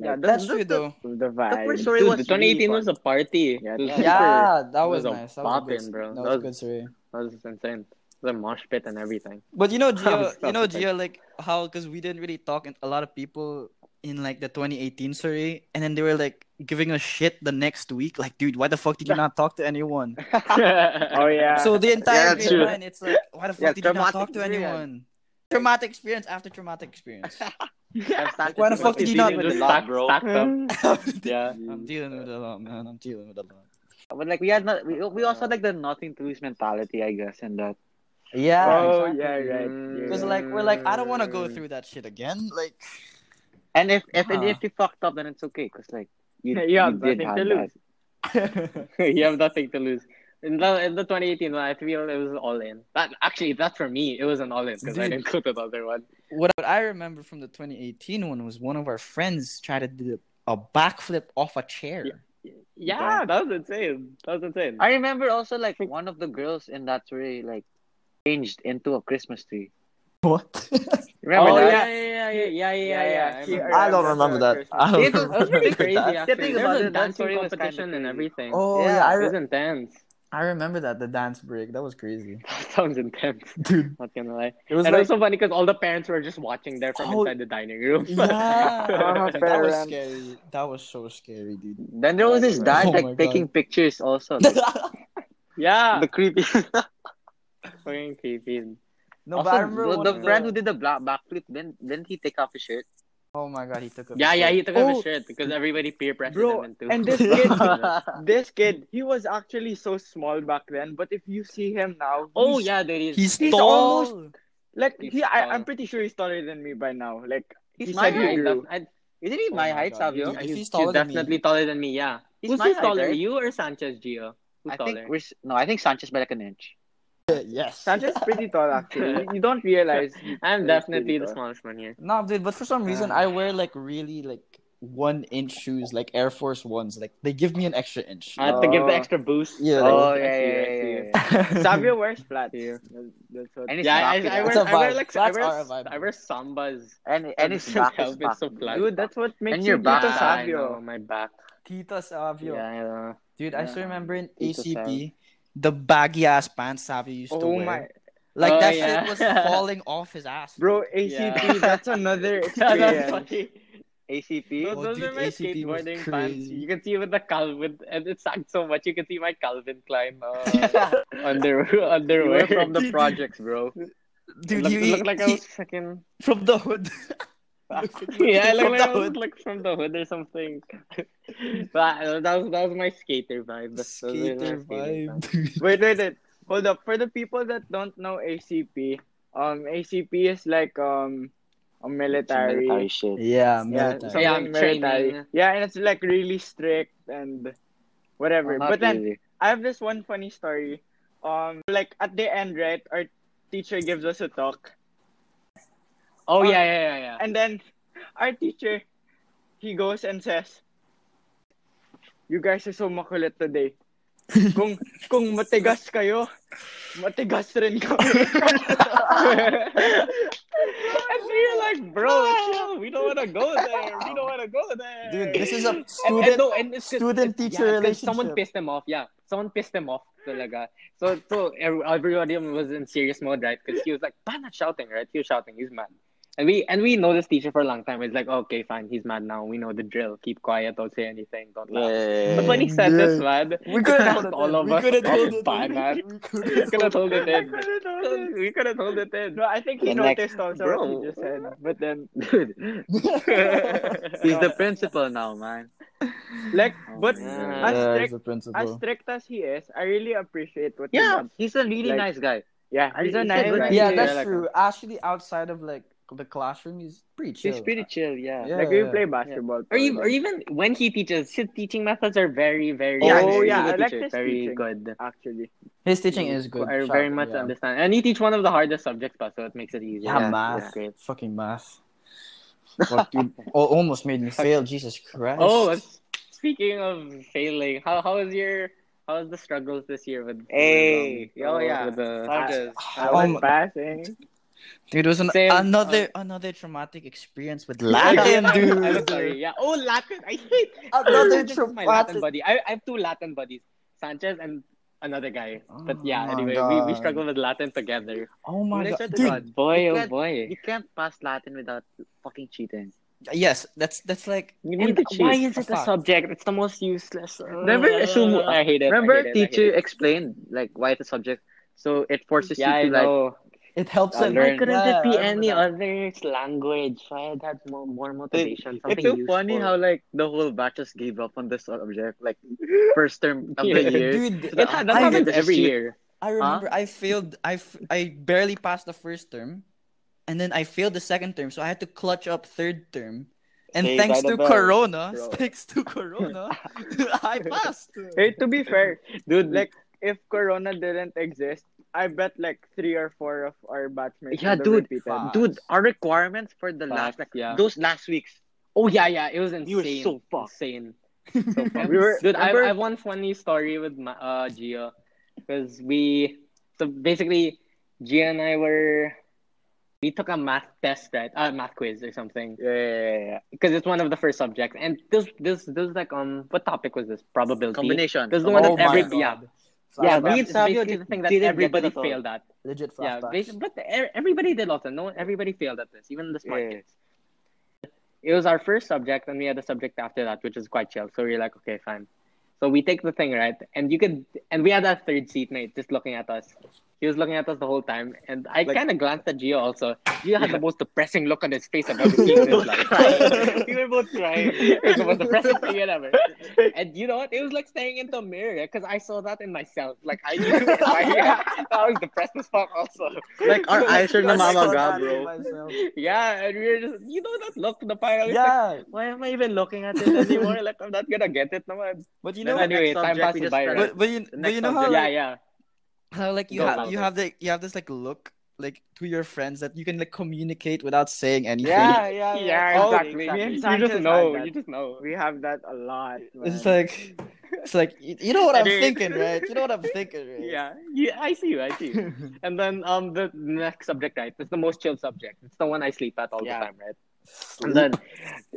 yeah the-
That's
the-
true,
the-
though.
The
The
vibe.
first survey
Dude,
was
the 2018 was
really
a party.
Yeah,
It was
yeah.
super-
Yeah, that
It
was,
was a
nice. That was a good,
poppin', bro.
That
That
was a
was-
good story.
That was insane. The mosh pit and everything.
But you know, Gio,
was- that
you know,
was
Gio, like how because we didn't really talk, and a lot of people in like the 2018 survey, and then they were like giving us shit the next week. Like, dude, why the fuck did you not talk to anyone?
Oh yeah.
So the entire
Yeah,
grade
true.
nine, it's like, why the
Yeah,
fuck did you
traumatic
not talk to
experience.
anyone? Traumatic experience after traumatic experience.
I'm starting
Like,
to
why the
see
fuck
what
did
you're
you not-
dealing with a
Just
lot,
stack-
bro?
stacked up. Yeah.
I'm dealing with a lot, man. I'm dealing with a lot.
But like we had not, we, we also had like the nothing to lose mentality, I guess, in that.
Yeah.
oh yeah, right.
Mm.
Because like we're like, I don't want to go through that shit again. Like,
And if if,
Huh.
if you fucked up, then it's okay, cause like you,
Yeah,
you
nothing
did
to
have
lose.
that.
you have nothing to lose. In the, in the 2018 one, I feel it was all in. That actually, that for me, it was an all in because I
Dude.
didn't go to the other one.
what I remember from the 2018 one was one of our friends tried to do a backflip off a chair.
Yeah, that was insane. That was insane.
I remember also like one of the girls in that survey like changed into a Christmas tree.
What?
Remember
oh,
that?
yeah, yeah, yeah, yeah, yeah, yeah, yeah.
She-
yeah,
I don't remember that. I don't
It was-
That was pretty
remember
crazy.
that.
Actually,
The thing
there
about
was a
it, that
dancing
story was kinda
competition and
crazy.
everything.
Oh
Yeah,
yeah, I
it was
re-
intense.
I remember that the dance break. That was crazy,
That sounds intense.
dude.
Not gonna lie.
It was
and it
like
was so funny because all the parents were just watching there from
Oh,
inside the dining room.
yeah,
Uh-huh,
Dude, that was
parents.
scary. That was so scary, dude.
Then there was this dad
Oh my
like
God.
taking pictures also.
yeah.
the creepy.
Fucking creepy.
no,
also,
but I remember
the,
one
the
of
friend who did the black backflip. Then didn't he take off his shirt?
Oh my god, he took a
Yeah, yeah, he took off
Oh.
his shirt because everybody peer pressured
Bro,
him into.
and this kid- This kid, he was actually so small back then, but if you see him now,
oh
he's-
yeah, there is.
He's,
He's
tall.
almost- like
He's
he, I,
tall.
I'm pretty sure he's taller than me by now. Like
He's
he
my
said
height,
he grew.
Def-
Isn't he
Oh
my
my
height,
God.
Savio?
If
I,
he's
he's
taller than me-
definitely taller than me. Yeah.
He's
Who's
my height,
who's taller,
right?
you or Sanchez Gio? Who's
I
taller?
think we're s- no. I think Sanchez by like an inch.
yes.
Sanchez is pretty tall actually. You- You don't realize. he-
I'm
he's
definitely
pretty
the
tall.
smallest one here.
No, dude, but for some reason
Ah.
I wear like really like one inch shoes, like Air Force Ones. Like they give me an extra inch.
I have to give Oh. the
Oh.
extra boost.
Yeah.
Oh
I
yeah,
see, I
yeah,
see.
yeah, yeah, yeah.
Savio wears flats.
Yeah.
That's- That's what.
And his
Yeah, I,
back is-
I,
It's
wear,
a
I wear
vibe.
like I
Flats
wear,
are a vibe.
I wear sambas.
and and his
It's
back
so
is back.
flat.
Dude, that's what makes
And
you
your
Tito
back.
yeah, I
Savio.
know, my back.
Tita Savio.
Yeah, I know.
Dude, I still
Yeah.
remember in
Tito
ACP the baggy ass pants Savio used to
Oh
wear.
my,
Like
Oh,
that
yeah.
shit was falling off his ass.
bro, ACP.
Yeah.
That's another
Yeah, that's
experience.
funny.
ACP.
Those,
Oh,
those
dude,
are my
ACP was
skateboarding pants.
crazy.
You can see with the Calvin, and it sucked so much. You can see my Calvin Klein uh, under
You were
underwear
from the projects, bro.
Dude,
look,
you
look like I
he-
was fucking.
from the hood.
yeah, I look
From
like
the
I was
hood.
like from the hood or something. but uh, that was that was my skater vibe. That's- those were my
Skater
skating pants.
vibe, dude.
wait, wait, wait. Hold up. For the people that don't know ACP, um, ACP is like um, a military.
Military shit.
Yeah,
Yeah,
military.
something
Yeah, I'm
military.
training.
Yeah, and it's like really strict and whatever.
Not
but then
really.
I have this one funny story. Um, like at the end, right? Our teacher gives us a talk,
Oh yeah, yeah, yeah, yeah.
and then our teacher, he goes and says, "You guys are so makulit today. Kung kung matigas kayo, matigas rin kami."
and we were like, bro, chill. We don't want to go there. We don't want to go there.
Dude, this is a
And-
student
and no, and it's 'cause-
student
it's-
teacher
yeah, it's 'cause Someone
relationship.
pissed them off. Yeah, someone pissed them off. Talaga. So, so ev- everybody was in serious mode, right? Because he was like, "Pan not shouting, right? He was shouting. He's mad." And we and we know this teacher for a long time. It's like, okay, fine, he's mad now. We know the drill. Keep quiet. Don't say anything. Don't laugh. But when he said this, man,
We couldn't hold it.
all
in.
of
we
us
couldn't
got
hold it. in.
banned.
We
We
couldn't
couldn't hold it
I
in.
couldn't hold it.
We couldn't hold it in.
No, I think he
The next-
noticed also what
Bro.
he just said, but then
Dude, he's the principal now, man.
like,
Oh,
but
Yeah.
as
yeah,
strict
it's a
as
principle.
strict as he is, I really appreciate what he
Yeah,
does.
he's a really nice
Like-
guy.
Yeah, he's
I- he's
a
a
nice
good
guy.
teacher.
Yeah,
Yeah,
that's
like-
true. Actually, outside of like the classroom, he's pretty chill.
He's pretty chill, yeah.
Yeah.
Like we play basketball.
Or even, or
probably.
even when he teaches, his teaching methods are very, very.
Oh,
actually,
yeah,
he's a
I like
teacher,
his
very
teaching.
good.
actually.
His teaching is good.
I
shout
very
out,
much
yeah.
understand, and he teach one of the hardest subjects, but so it makes it easier.
Yeah,
Yeah, math.
that's great.
Fucking math. Fuck, dude. Oh, almost made me fail. Jesus Christ.
Oh, s- speaking of failing, how how is your how is the struggles this year with?
Hey,
with, um,
oh,
with
yeah.
the-
Sanchez.
I
Oh
was
my-
passing.
dude, it was an,
Same, um,
another another traumatic experience with
Latin,
Latin, dude.
I'm sorry. Yeah. Oh, Latin. I hate.
Another
This is my
traumatic-
Latin buddy. I, I have two Latin buddies, Sanchez and another guy. But yeah,
Oh my
anyway, we, we
God.
struggle with Latin together.
Oh my
Let's
god,
try to
dude.
God.
boy,
You
oh
can't-
boy.
You can't pass Latin without fucking cheating.
Yes, that's that's like.
You need
need to
to Why is
choose a
it a
fact.
subject? It's the most useless. Oh,
Remember, assume-
I hate it. I
Remember,
hate it, I hate
teacher
it.
explained like why it's a subject, so it forces
Yeah, I
you to like.
know.
It helps
I
in
Why
learning.
couldn't
yeah,
it be
I remember
any
that.
other language? Why I'd have more, more motivation?
It's
something
so
useful.
funny how like the whole batch just gave up on this subject, like first term of the
Yeah.
year.
Dude,
So the-
It ha- that
I
happens
did-
every
she-
year.
I remember I failed. I, f- I barely passed the first term, and then I failed the second term, so I had to clutch up third term. And
Saved
thanks
by the
to
bell,
Corona,
bro.
thanks to Corona, I passed.
Hey, to be fair,
Dude,
like if Corona didn't exist, I bet like three or four of our batchmates.
Yeah,
would have
dude.
repeated.
Fuck.
Dude, our requirements for the last
Facts,
like
yeah.
those last weeks,
oh yeah, yeah, it was
we
insane.
were so fucked.
insane.
We were-
Dude, I,
Remember-
I have one funny story with my, uh, Gia. Because we, so basically, Gia and I were, we took a math test, right? Uh, math quiz or something.
Yeah, yeah, yeah, yeah.
Because it's one of the first subjects. And this, this, this, like, um, what topic was this? Probability.
Combination.
This is the one
Oh
that every,
my God.
yeah.
Yeah,
That's
me and Savio
basically
did-
the thing that
did it
everybody
because of-
failed at.
legit
Yeah,
flashbacks.
basi- but the, e- everybody did also. No, everybody failed at this, even the smart
Yeah.
kids. It was our first subject, and we had a subject after that, which is quite chill. So we are like, okay, fine. So we take the thing right, and you could, and we had that third seat mate just looking at us. He was looking at us the whole time, and I
Like-
kind of glanced at Gio also. Gio had the most depressing look on his face I've ever seen in his life. we were both crying. It was the most depressing thing ever. And you know what? It was like staring into a mirror because I saw that in myself. Like I knew I, I was depressed as fuck also.
Like our eyes are namamaga, bro.
Yeah, and we were just you know that look to the fire. I was like,
Yeah,
why am I even looking at it anymore? like I'm not gonna get it naman.
but you
Then
know,
Next
anyway,
subject,
time
we
passes
just
by.
started.
Right?
but, but you, but
next
you know how,
subject.
Yeah,
like,
yeah.
how like you
Go,
have
Malcolm.
you have the you have this like look like to your friends that you can like communicate without saying anything.
Yeah, yeah,
Yeah,
Oh,
exactly.
me and
You
Sanchez
just
had
know.
that.
You just know.
We have that a lot. Man.
It's like it's like you, you know what I'm
Dude.
thinking, right? You know what I'm thinking, right?
Yeah, yeah, I see you, I see you. and then um, the next subject, right? It's the most chill subject. It's the one I sleep at all
Yeah.
the time, right? And then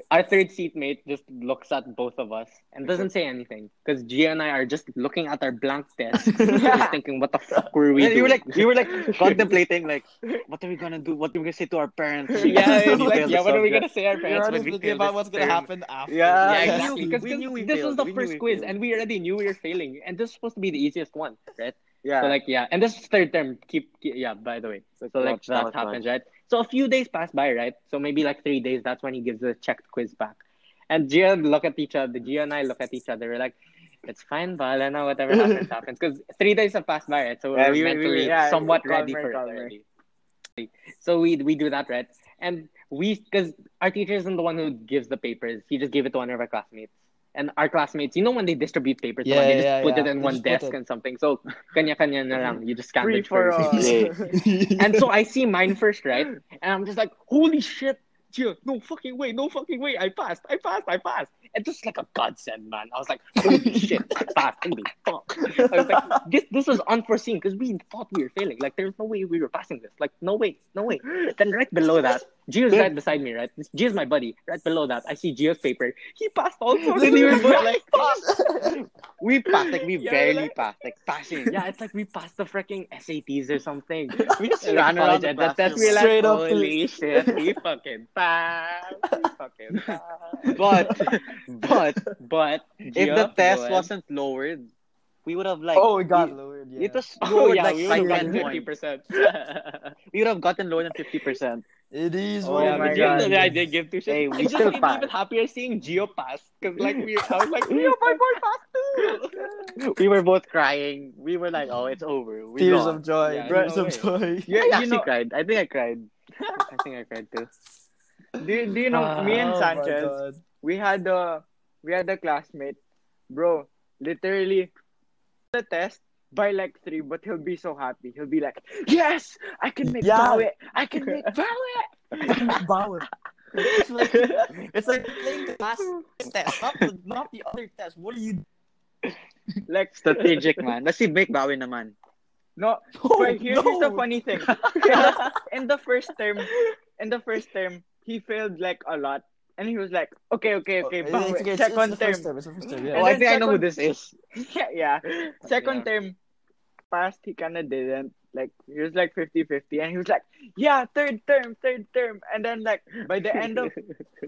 our third seatmate just looks at both of us and doesn't say anything because Gia and I are just looking at our blank desk, just thinking, "What the fuck were we
Yeah, you were
doing?"
like you were like contemplating like what are we gonna do? What are we gonna say to our parents?
yeah, it's
We
like,
failed
yeah.
the
What are we
subject.
gonna say our
You're
parents?
already
when we
thinking
fail
about
this
what's gonna
term?
happen after.
Yeah,
Yeah,
Yes.
exactly. Because
We knew we
this was
failed.
the
We knew
first
we
quiz,
failed.
and we already knew we were failing, and this is supposed to be the easiest one, right?
Yeah.
So like yeah, and this is third term. Keep, keep yeah. By the way, so like
watch, that
that
was fun.
happens, right? So a few days pass by, right? So maybe like three days. That's when he gives the checked quiz back, and Gia and look at each other. Gia and I look at each other. We're like, it's fine, Bala na whatever happens happens. Because three days have passed by, right? So we're
Yeah, we- we-
mentally
we- yeah,
somewhat
calmer,
ready for
calmer.
it already. So we we do that, right? And we because our teacher isn't the one who gives the papers. He just gave it to one of our classmates. And our classmates, you know, when they distribute papers,
Yeah,
they
yeah,
just
yeah,
put
yeah.
it in
They
one
just put
desk
it.
and something. So kanya-kanya na lang. You just scan
Free
it
for
first.
all.
And so I see mine first, right? And I'm just like, holy shit, Gio, no fucking way, no fucking way. I passed, I passed, I passed. And just like a godsend, man. I was like, holy shit, I passed. Holy fuck. I was like, this this was unforeseen because we thought we were failing. Like, there's no way we were passing this. Like, no way, no way. Then right below that, Gio's right beside me, right? Gio's my buddy. Right below that, I see Gio's paper. He passed also.
Didn't even put,
like,
we passed, like we
Yeah,
barely
like-
passed, like passing.
yeah, it's like we passed the freaking SATs or something.
we just
Like
ran around
college
the
and that, that's
classroom.
we're like,
Straight up
holy shit, we fucking passed. We fucking passed.
But but
But
if the test
wasn't
wasn't lowered, we would have like
oh, it got
we-
lowered. Yeah.
It was
oh
lowered
yeah,
like
we
by
would have
10
gotten fifty
points.
percent.
We would have gotten lower than fifty percent.
It is.
Oh
what
yeah,
my
it
but
is.
you
God.
know that I did give two shits.
Hey, we
it just
still
made me
passed.
even happier seeing Geo pass because like we, I was like, Geo, my boy passed too.
We were both crying. We were like, "Oh, it's over." We
Tears
lost.
of joy.
Yeah,
tears
no
of joy.
Yeah, I
you
actually
know-
cried. I think I cried. I think I cried too.
do, do you know
Ah,
me and
Oh my
Sanchez?
God.
we had a we had a classmate, bro. Literally, the test by like three, but he'll be so happy. He'll be like, "Yes, I can make
Yeah.
yeah. I can make bawe."
Bauer. It's like it's like playing the last test, not the, not the other test. What are you?
Like
Strategic man. Let's see, make Bawi naman.
no.
Oh,
but here- here's the funny thing. In the- in the first term, in the first term, he failed like a lot, and he was like, "Okay, okay, okay,
Oh, It's-
bawe."
it's, okay, it's, it's
Second
the first
term,
term. It's the first term.
Oh,
Yeah.
And
I
then
think I know who
second-
this is.
yeah, yeah. Second term passed, he kind of didn't. Like, he was like 50 50. And he was like, yeah, third term, third term. And then, like, by the end of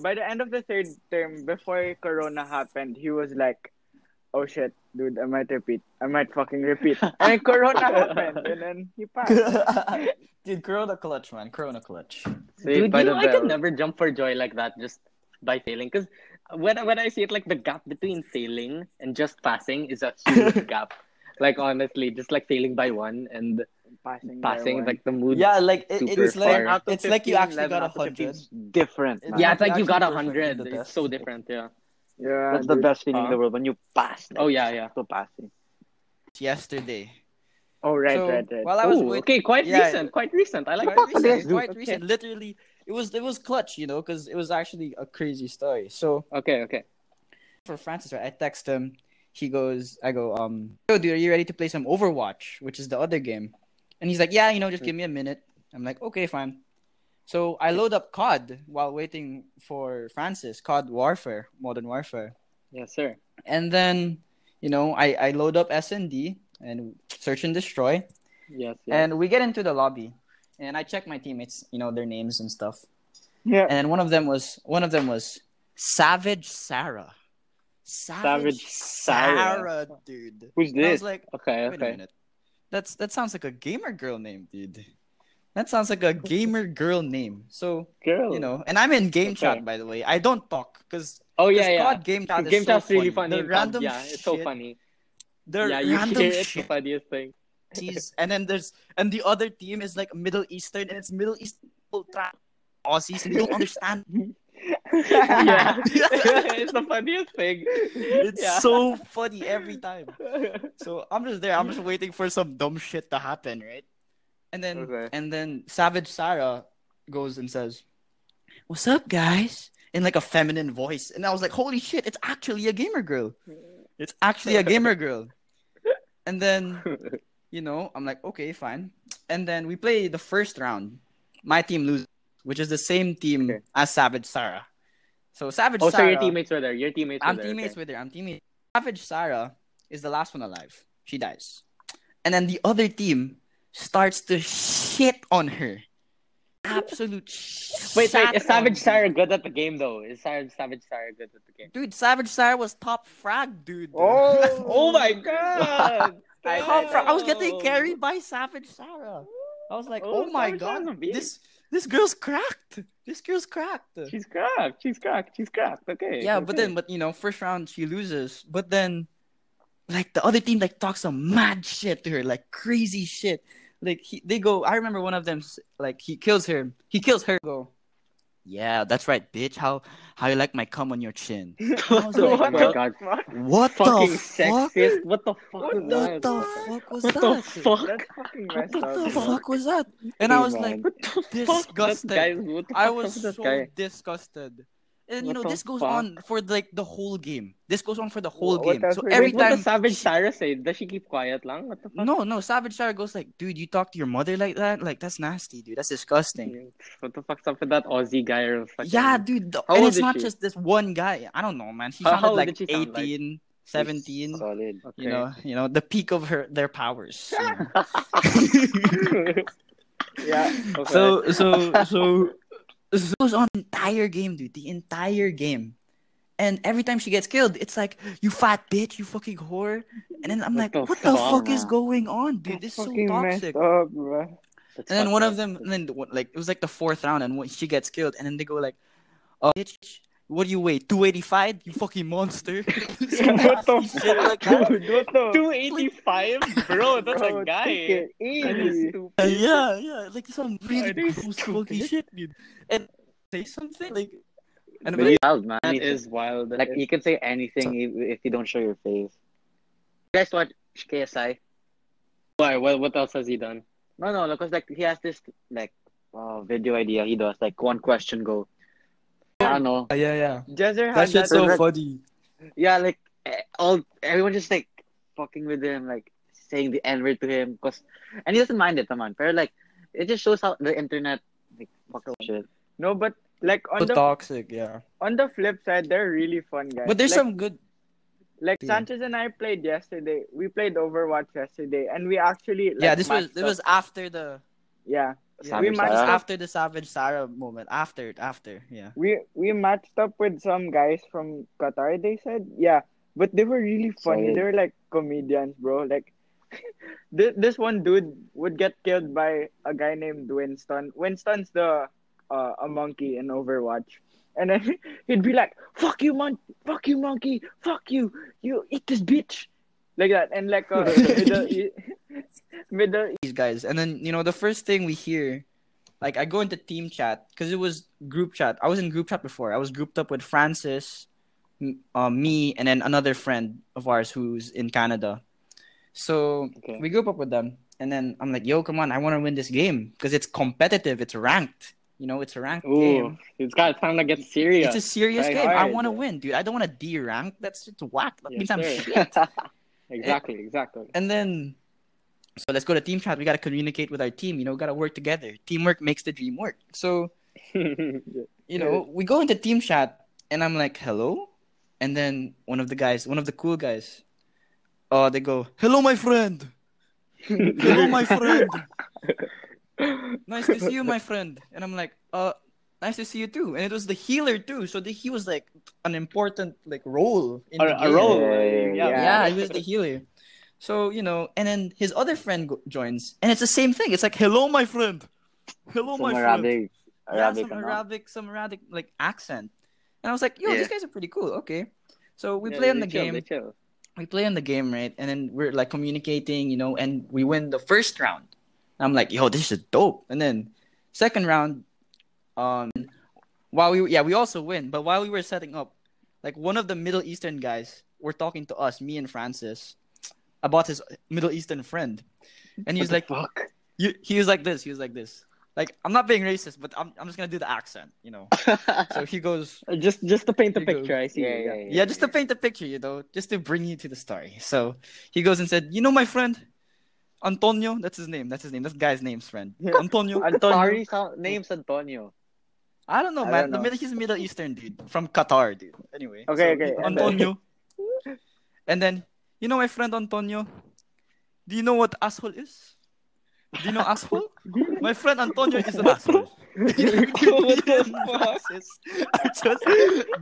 by the end of the third term, before Corona happened, he was like, oh shit, dude, I might repeat. I might fucking repeat. And then Corona happened. And then he passed.
Dude, Corona clutch, man. Corona clutch.
Saved
Dude,
by the
you know, I
bell.
can never jump for joy like that just by failing. Because when, when I see it, like the gap between failing and just passing is a huge gap. Like honestly, just like failing by one and
Passing. by
passing,
one.
like the mood.
Yeah, like it, it
Super
is like
far.
it's like you actually got a hundred.
It's different.
It's
man.
yeah,
not
it's like you
actually
got a
perfect in
hundred.
the
It's
test.
so different. Yeah.
yeah,
That's the
dude.
best feeling in the world
Huh?
when you pass. Like,
Oh yeah, yeah.
so passing.
Yesterday.
Oh, right,
so,
right, right.
While I was
Ooh,
waiting,
okay, quite
Yeah.
recent. Quite recent. I like
quite
that.
recent,
dude.
quite
Okay.
recent. Literally, it was it was clutch, you know, because it was actually a crazy story. So
Okay, okay.
for Francis, right, I text him. He goes, I go, um, yo, dude, are you ready to play some Overwatch, which is the other game? And he's like, yeah, you know, just give me a minute. I'm like, okay, fine. So I load up COD while waiting for Francis, COD Warfare, Modern Warfare.
Yes, sir.
And then, you know, I, I load up SND and search and destroy.
Yes. yes.
And we get into the lobby, and I check my teammates, you know, their names and stuff.
Yeah.
And then one of them was one of them was Savage Sarah.
Savage Sarah.
Sarah, dude.
Who's
And I was
this?
like, "Oh,
okay.
wait a
Okay.
minute, that's that sounds like a gamer girl name, dude. That sounds like a gamer girl name. So
Girl.
you know, and I'm in game
Okay.
chat by the way. I don't talk because
Oh yeah, yeah.
God, game chat is
Game
so
chat's really
funny.
funny.
The
in comp,
random
yeah, it's so
shit-
funny.
The
yeah, you
random
hear it's the
shit
funniest thing.
Aussies, and then there's and the other team is like Middle Eastern, and it's Middle Eastern ultra Aussies, and they don't understand.
yeah, it's the funniest thing.
It's
yeah.
so funny every time. So I'm just there. I'm just waiting for some dumb shit to happen, right? And then
Okay.
and then Savage Sarah goes and says, "What's up, guys?" In like a feminine voice, and I was like, "Holy shit! It's actually a gamer girl. It's actually a gamer girl." And then you know, I'm like, okay, fine. And then we play the first round. My team loses, which is the same team
Okay.
as Savage Sarah. So Savage
oh, so
Sarah.
your teammates were there. Your teammates were
I'm
there.
teammates
okay.
with her. I'm teammates. Savage Sarah is the last one alive. She dies. And then the other team starts to shit on her. Absolute shit.
Wait, wait, is Savage Sarah good at the game though? Is Savage Savage Sarah good at the game?
Dude, Savage Sarah was top frag, dude.
Oh.
Oh my god!
I-
top frag. I was getting carried by Savage Sarah. I was like, oh,
Oh,
my
Savage Sarah's a
god,
beast.
this this girl's cracked. This girl's cracked.
She's cracked. She's cracked. She's cracked. Okay.
yeah, but then, but you know, first round she loses, but then, like the other team like talks some mad shit to her, like crazy shit. Like he, they go. I remember one of them s- like he kills her. He kills her. Go. Yeah, that's right, bitch. How how you like my cum on your chin? I was
Oh
like,
my
what,
god!
what
Fucking
the fuck?
sexist! What the fuck?
What
was
the
that?
fuck was
What
that?
the fuck?
That's fucking
What
messed up.
the
you know?
fuck was that? And I was like,
what the fuck?
disgusted.
That guy, what the
I
fuck
was
this
so
guy?
disgusted. And you
What
know,
the
this goes
fuck?
on for like the whole game. This goes on for the whole
What
game.
else
So
we-
every
Wait, what
time
does Savage Sarah say? Does she keep quiet lang? What the fuck?
No, no, Savage Sarah goes like, dude, you talk to your mother like that? Like that's nasty, dude. That's disgusting.
What the fuck's up with that Aussie guy or fucking...
Yeah, dude. the-
How
and
old
it's
is
not
she?
just this one guy. I don't know, man. She
How- how
sounded
old
like
did she
18,
sound like?
17,
Solid.
Okay.
you know, you know, the peak of her their powers. you know.
Yeah.
Okay.
so so so so it was on the entire game, dude. The entire game. And every time she gets killed, it's like, you fat bitch, you fucking whore. And then I'm
What
like,
the
what the
fuck,
fuck is
man?
going on, dude? This is so
Fucking messed
toxic.
up, bro.
That's
And then
fucked
one
up.
of them, and then what- like it was like the fourth round, and what- she gets killed, and then they go like, "Oh, bitch, what do you weigh? Two eighty five? You fucking monster!" Some
What the
nasty shit like that.
Dude, what the?
285? Bro, that's
Bro,
a guy.
take it
That is
easy.
stupid.
Uh, yeah, yeah, like some really
Are they
gross
stupid?
fucking shit, dude. And say something like, and
But
but,
it's wild, man.
That
Anything.
is wild.
like you can say anything if, if you don't show your face. You guys watch KSI?
Why? What, what else has he done?
No, no, because like he has this like uh, video idea. He does like one question go. I don't know.
yeah, yeah,
Jezzer
that
had
shit's
that.
so
like-
funny.
Yeah, like eh, all everyone just like fucking with him, like saying the N word to him, cause and he doesn't mind it, come on. But like it just shows how the internet like fuck up shit.
No, but like
So
on the
toxic, yeah.
on the flip side, they're really fun guys.
But there's
like,
some good.
like
Yeah.
Sanchez and I played yesterday. We played Overwatch yesterday, and we actually like,
Yeah, this was
matched
this
up.
was after the
yeah
yeah,
Savage
this was
Sarah.
after the Savage Sarah moment. After, after, yeah.
we we matched up with some guys from Qatar. They said yeah, but they were really funny.
Solid.
They were like comedians, bro. Like thi- this one dude would get killed by a guy named Winston. Winston's the uh, a monkey in Overwatch. And then he'd be like, "Fuck you, mon! Fuck you, monkey! Fuck you! You eat this bitch!" Like that, and like uh, middle, middle E
these guys. And then, you know, the first thing we hear, like, I go into team chat because it was group chat. I was in group chat before. I was grouped up with Francis, m- uh, me, and then another friend of ours who's in Canada. So
Okay.
we group up with them. And then I'm like, yo, come on, I want to win this game because it's competitive, it's ranked. You know, it's a ranked
Ooh,
game.
it's got time to get serious.
It's a serious
Try
game. I
hard,
want to
yeah.
win, dude. I don't want to D rank. That's just whack. That
Yes,
means I'm
sir.
shit.
Exactly, exactly.
And then, so let's go to team chat. We gotta communicate with our team. You know, gotta work together. Teamwork makes the dream work. So Oh you know, we go into team chat, and I'm like, hello, and then one of the guys, one of the cool guys, Oh, they go, hello, my friend. Hello, my friend. nice to see you, my friend. And I'm like, uh, nice to see you too. And it was the healer too, so the, he was like an important like role in
A,
the
a
game.
role.
Yeah.
Yeah, he was the healer. So you know, and then his other friend go- joins, and it's the same thing. It's like, hello, my friend. Hello,
Some
Oh my friend.
Arabic,
yeah,
Arabic,
some
ano?
Arabic, some Arabic like accent. And I was like, yo,
Yeah.
these guys are pretty cool. Okay. So we
Yeah,
play on
they
the
chill,
game
they chill.
we play on the game, right? And then we're like communicating, you know, and we win the first round. And I'm like, yo, this is dope. And then second round, um, while we yeah we also win, but while we were setting up, like one of the Middle Eastern guys were talking to us, me and Francis, about his Middle Eastern friend, and he was like,
Fuck.
you, he was like this, he was like this. Like I'm not being racist, but I'm I'm just gonna do the accent, you know. So he goes,
Just just to paint the
Here you go.
picture, I see.
Yeah,
you,
yeah,
yeah, just to paint the picture, you know, just to bring you to the story. So he goes and said, you know, my friend, Antonio, that's his name. That's his name. That's the guy's name's friend. Antonio.
Sorry, sound, name's Antonio.
I don't know,
I
man.
don't
The
know.
Middle, he's a Middle Eastern dude from Qatar, dude. Anyway.
Okay,
so
okay,
he-
and then-
Antonio. and then, you know, my friend Antonio, do you know what asshole is? Do you know asshole? my friend Antonio is an asshole.
What the fuck?
Francis are just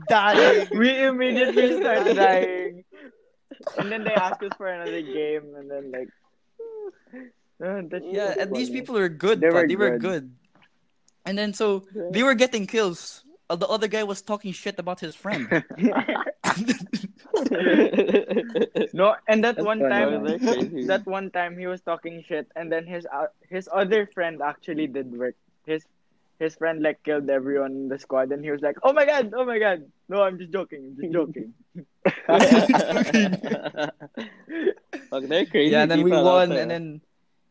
dying.
We immediately start dying. And then they ask us for another game, and then like, Uh, that's
Yeah,
so
and these
funny.
people were good,
They
but
were
they were
good.
good. And then so they were getting kills. Uh, The other guy was talking shit about his friend.
No, and that one
funny.
time,
That's crazy.
that one time he was talking shit, and then his uh, his other friend actually did work. His his friend like killed everyone in the squad, and he was like, "Oh my god, oh my god, no, I'm just joking, I'm just joking."
Fuck, they're crazy.
yeah, and then we
people out
won,
there.
and then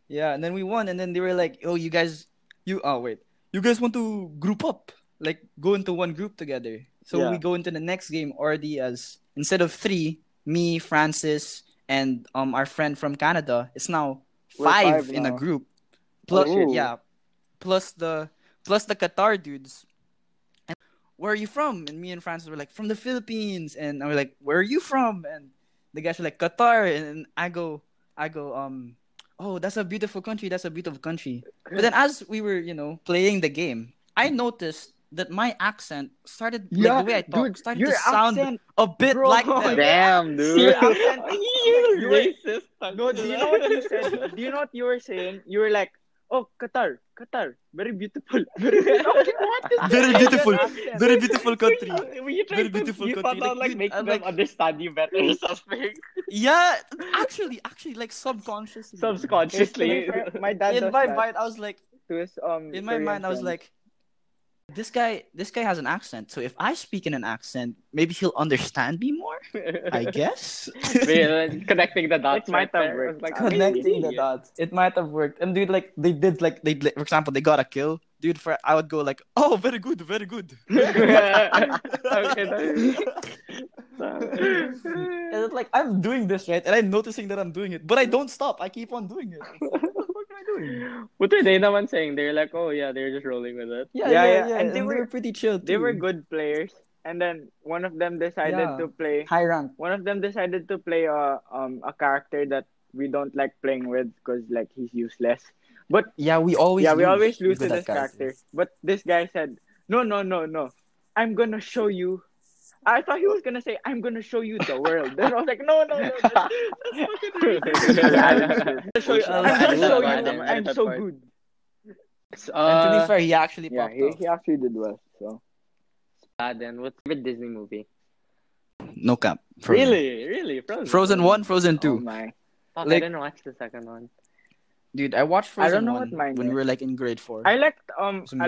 yeah, and then we won, and then they were like, "Oh, you guys, you oh wait, you guys want to group up, like go into one group together." So
Yeah.
we go into the next game already as instead of three, me, Francis, and um our friend from Canada, it's now
We're
five,
five
in a
now.
group. Plus
Oh.
shit.
yeah, plus the plus the Qatar dudes. And where are you from? And me and Francis were like from the Philippines, and I was like, "Where are you from?" And the guys were like Qatar, and, and I go, I go, um, oh, that's a beautiful country. That's a beautiful country. But then as we were, you know, playing the game, I noticed that my accent started, like, the way I talk,
dude,
started
your
to sound
accent,
a bit
bro.
like that.
Damn,
your
dude. Oh
accent.
you racist.
No, do you know what you said? Do you know what you were saying? You were like, "Oh, Qatar, Qatar, very beautiful, very beautiful." I was like, what is
Very
this
beautiful.
accent?
Very beautiful country.
Were you
Very
trying to
beautiful
you found
country.
out
Like,
like, make
dude, I'm
them
like-
understand you better or something?
Yeah, actually, actually, like subconsciously.
Subconsciously.
My dad
In
does
my
that
mind, I was like,
to his, um,
in my
Korean
mind, I was
friends.
like, this guy, this guy has an accent. So if I speak in an accent, maybe he'll understand me more. I guess.
Man, uh, connecting the dots.
It might
right
have
there.
worked
It's like,
out.
connecting the
really?
dots. It might have worked. And dude, like they did, like they, like, for example, they got a kill. Dude, for I would go like, oh, very good, very good.
Okay, that-
And it's like I'm doing this right, and I'm noticing that I'm doing it, but I don't stop. I keep on doing it. What the fuck am I doing?
What are they naman saying? They're like, oh yeah, they're just rolling with it.
Yeah, yeah,
Yeah,
yeah.
yeah,
And, they, were, pretty chill.
they
too.
were good players, and then one of them decided
Yeah.
to play.
high rank.
One of them decided to play a um a character that we don't like playing with because like he's useless. But
Yeah, we always.
yeah, we
lose
always lose to this
with that guy.
character. But this guy said, "No, no, no, no. I'm gonna show you." I thought he was gonna say, "I'm gonna show you the world." Then I was like, "No, no, no, that's, that's fucking ridiculous. I'm gonna show you. I'm gonna show you. I'm, I'm so good."
And to
Uh,
be fair, he actually
Yeah,
popped
he,
up.
he actually did well. So
ah, then what's the Disney movie?
No cap.
Really, really, Frozen.
Frozen one, Frozen
oh
two.
my.
Fuck, I
Like-
didn't watch the second one.
Dude, I watched
I
Frozen
don't know
one
what mine
when we
is.
were like in grade four.
I liked um
It's amazing.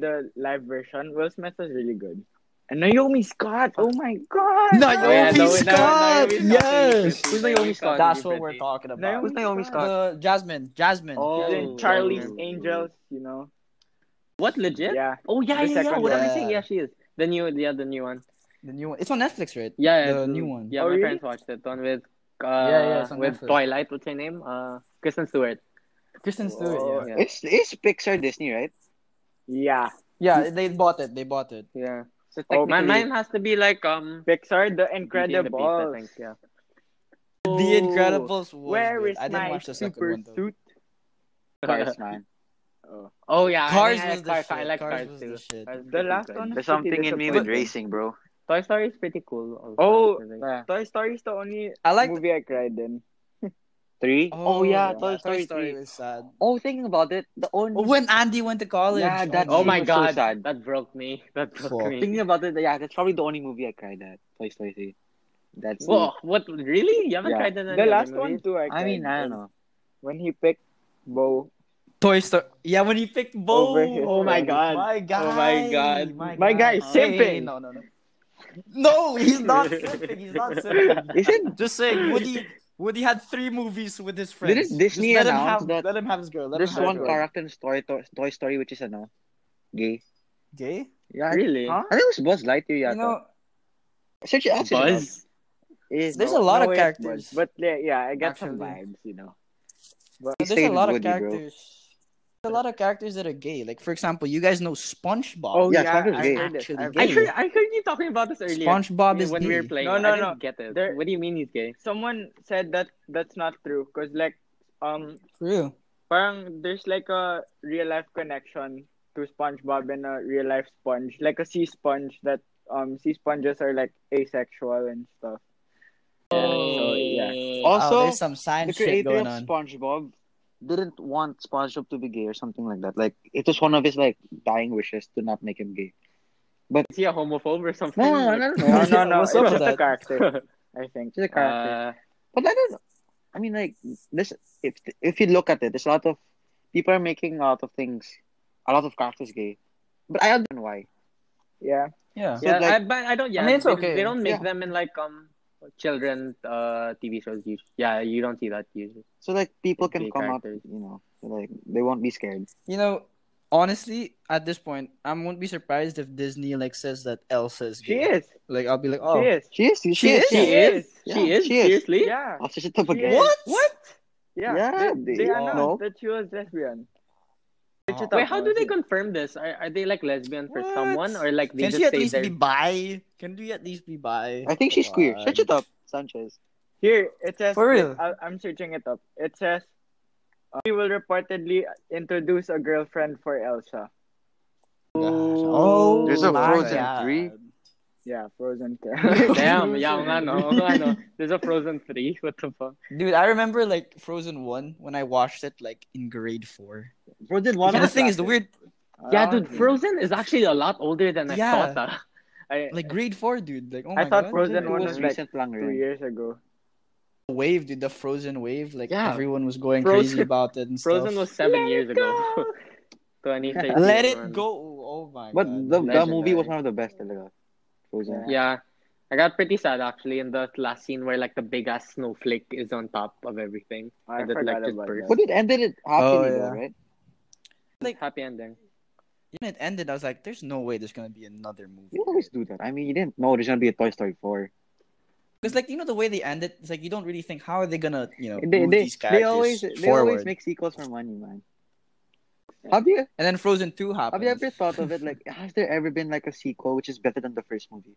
Aladdin the live version. Will Smith was really good. And Naomi Scott. Oh my god.
Naomi
Oh, yeah, Naomi-
Scott.
Naomi- Naomi
yes.
Scott.
Who's Naomi Scott?
That's what we're talking about.
Naomi
Who's Naomi
Scott.
Scott?
The Jasmine, Jasmine.
She's
Oh,
in Charlie's
okay.
Angels, you know.
What legit?
Yeah.
Oh yeah, yeah, yeah.
The second
What am I
one.
saying? Yeah, she is the new, yeah, the new one.
The new one. It's on Netflix, right?
Yeah, yeah,
The new one.
Yeah,
Oh,
my
really?
friends watched it. The One with uh,
Yeah, yeah, it's on
with
Netflix.
Twilight. What's her name? Uh, Kristen Stewart.
Kristen
Whoa.
Stewart. Yeah.
Yeah.
It's, it's Pixar Disney, right?
Yeah.
yeah, they bought it. They bought it.
Yeah.
So
Oh, man,
technically-
mine has to be like um.
Pixar, The
Beauty and the Beast, I
Incredibles.
think. Yeah.
The Incredibles was
Oh. Where
good.
is
I
my
didn't watch the second
super
one though.
suit?
Cars, man.
Oh yeah, I
Cars
think I
was
like cars,
the
I
shit.
like
Cars
cars,
was
too.
the shit.
Cars is
The
pretty
last
good.
one.
There's something in me with
But-
racing, bro.
Toy Story is pretty cool. also,
Oh,
I think.
Yeah.
Toy Story is the only
I like.
movie I cried in.
Three.
Oh,
yeah,
yeah,
Toy Story. three.
was sad.
Oh, thinking about it, the only
Oh, when Andy went to college.
Yeah, that-
Oh
It
my
was so
god,
sad.
that broke me. That broke
Fuck.
me.
thinking about it, yeah, that's probably the only movie I cried at. Toy Story. three. That's the-
Whoa, what? Really? You haven't
Yeah.
cried in any
The
other
last one
movies?
too. I,
I
cried
mean, I don't
in.
know.
When he picked Bo.
Toy Story. Yeah, when he picked Bo.
Over his
Oh my
friend.
god.
My god.
Oh my god.
My guy is
Hey, hey,
simping.
no, no, no. No, he's not simping. He's not simping.
Is it?
Just saying, Woody. Woody had three movies with his friends.
Didn't Disney
Just let him
announce
have,
that
Let him have his girl. Let
There's
him
one
have his girl.
character in Story to- Toy Story which is ano, gay.
Gay?
Yeah,
Really?
Huh?
I think it was Buzz Lightyear. Yeah,
You know,
search it up. search it
Buzz?
up. Eh,
there's
no.
a lot
No
of
way it
characters.
was, But yeah, yeah, I got some
Actually.
vibes, you know.
He
there's
stayed
a
with
lot of
Woody, bro.
characters. There's a lot of characters that are gay. Like for example, you guys know SpongeBob.
Oh
Yeah,
yeah,
Sparkle's
I
gay.
heard it.
Actually
I've
gay.
I
heard
heard, I heard you talking about this earlier.
SpongeBob is
when we were
gay.
playing.
No,
I
no,
didn't
no.
get it.
There-
What do you mean he's gay?
Someone said that that's not true because like um
True.
parang there's like a real life connection to SpongeBob and a real life sponge, like a sea sponge that um sea sponges are like asexual and stuff. Yeah, so yeah.
oh,
Also,
there's some
the
science shit
creator
going
of
on.
SpongeBob didn't want SpongeBob to be gay or something like that. Like it was one of his like dying wishes to not make him gay.
Is he a homophobe or something?
No, no, no, no, no.
No, no, no.
What's
It's
up with
just a
that?
character, I think.
She's a character.
Uh,
But I don't. I mean, like this. If if you look at it, there's a lot of people are making a lot of things, a lot of characters gay. But I understand why.
Yeah.
Yeah.
So,
yeah,
like-
I, but I don't. Yeah,
mean, it's
they,
okay.
They don't make
Yeah.
them in like um children uh TV shows. Usually. Yeah, you don't see that usually.
So like people can
Gay
come
characters.
out, you know, like they won't be scared.
You know, honestly, at this point, I won't be surprised if Disney like says that Elsa is
She
gay.
is.
Like I'll be like, oh,
She is.
She is. She,
She
is. Oh,
is?
She
yeah.
is.
Yeah,
She is.
she is.
Seriously?
Yeah.
I'll switch it up
She
again.
is.
what?
What?
Yeah.
Yeah,
They,
they-
they
Oh.
announced that she was lesbian. Switch it
Oh.
Wait,
up,
how do they
honestly.
confirm this? Are, are they like lesbian for
What?
someone or like they
Can
just
she at
say
least
they're
be bi? Can she at least be bi?
I think she's
Come
queer.
on.
Search it up, Sanchez.
Here it says.
For real?
I, I'm searching it up. It says uh, she will reportedly introduce a girlfriend for Elsa.
Gosh. Oh,
There's a
my
Frozen
God.
three.
Yeah, Frozen character.
Damn, yeah, nga no, nga no. There's a Frozen 3. What the fuck?
Dude, I remember like Frozen One when I watched it like in grade four.
Frozen
And
one.
the thing is, the weird
Yeah,
Oh,
dude, Frozen is actually a lot older than I
Yeah.
thought. ah. I,
like grade four, dude. Like, oh
I
my
thought
god,
Frozen
Frozen
one
was
was like
recent lang
two
rin.
years ago.
the wave, dude. The Frozen wave. Like
Yeah.
everyone was going
Frozen-
crazy about it and
Frozen
stuff.
was seven years ago. 2013.
Let it
man.
go. Oh my
But the,
god.
the
Legendary.
movie was one of the best talaga. Frozen.
Yeah. I got pretty sad actually in the last scene where like the big ass snowflake is on top of everything.
I
and it like
forgot
just
about
bursts.
But it ended it happily,
Oh,
though,
yeah.
right?
Like-
Happy ending.
when it ended, I was like, "There's no way there's gonna be another movie."
You always do that. I mean, you didn't know there's gonna be a Toy Story four.
Because like you know the way they end it, it's like you don't really think how are they gonna you know
they,
move
they,
these characters
they always
forward.
they always make sequels for money, man. Have you
And then Frozen Two
have
happens.
you ever thought of it? Like, has there ever been like a sequel which is better than the first movie?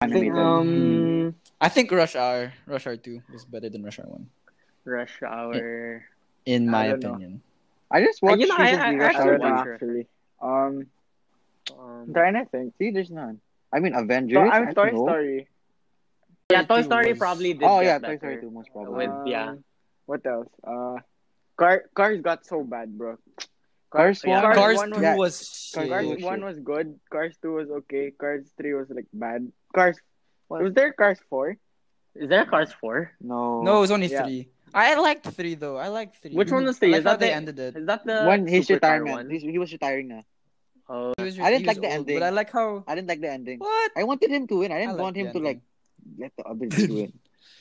I think,
Animated.
um,
I think Rush Hour, Rush Hour Two is better than Rush Hour One,
Rush Hour.
in
I
my
don't know.
opinion.
I just watched
you know, I-
recently
I-
Rush
I
I
Hour
don't
actually
know
One.
sure.
actually. Um,
Um,
I'm trying to think.
See, there's none. I mean,
So
Avengers. I
I'm
don't
Toy
know.
Story.
yeah, Toy
Two
Story
was-
probably did.
Oh
get
yeah, Toy Story
better.
two most
With-
probably.
Um,
yeah.
What else? Uh, car cars got so bad, bro.
Cars
yeah.
one.
Cars
one
Two
yeah.
was
Cars
shit.
Cars
Oh, shit.
one was good. Cars two was okay. Cars three was like bad. Cars was there Cars four?
Is there a Cars 4?
No.
No, it was only
Yeah.
three. I liked three though. I liked three.
Which one was
I
three? Is
like how
that
they
the-
ended it.
Is that the
When his
supercar
retirement,
one?
he's, he was retiring now.
Oh,
He was-
I didn't
he
like
was
the
old,
ending.
But I like how
I didn't like the ending.
what?
I wanted him to win. I
I
didn't
like
want him to
the
like
ending.
let the others do it.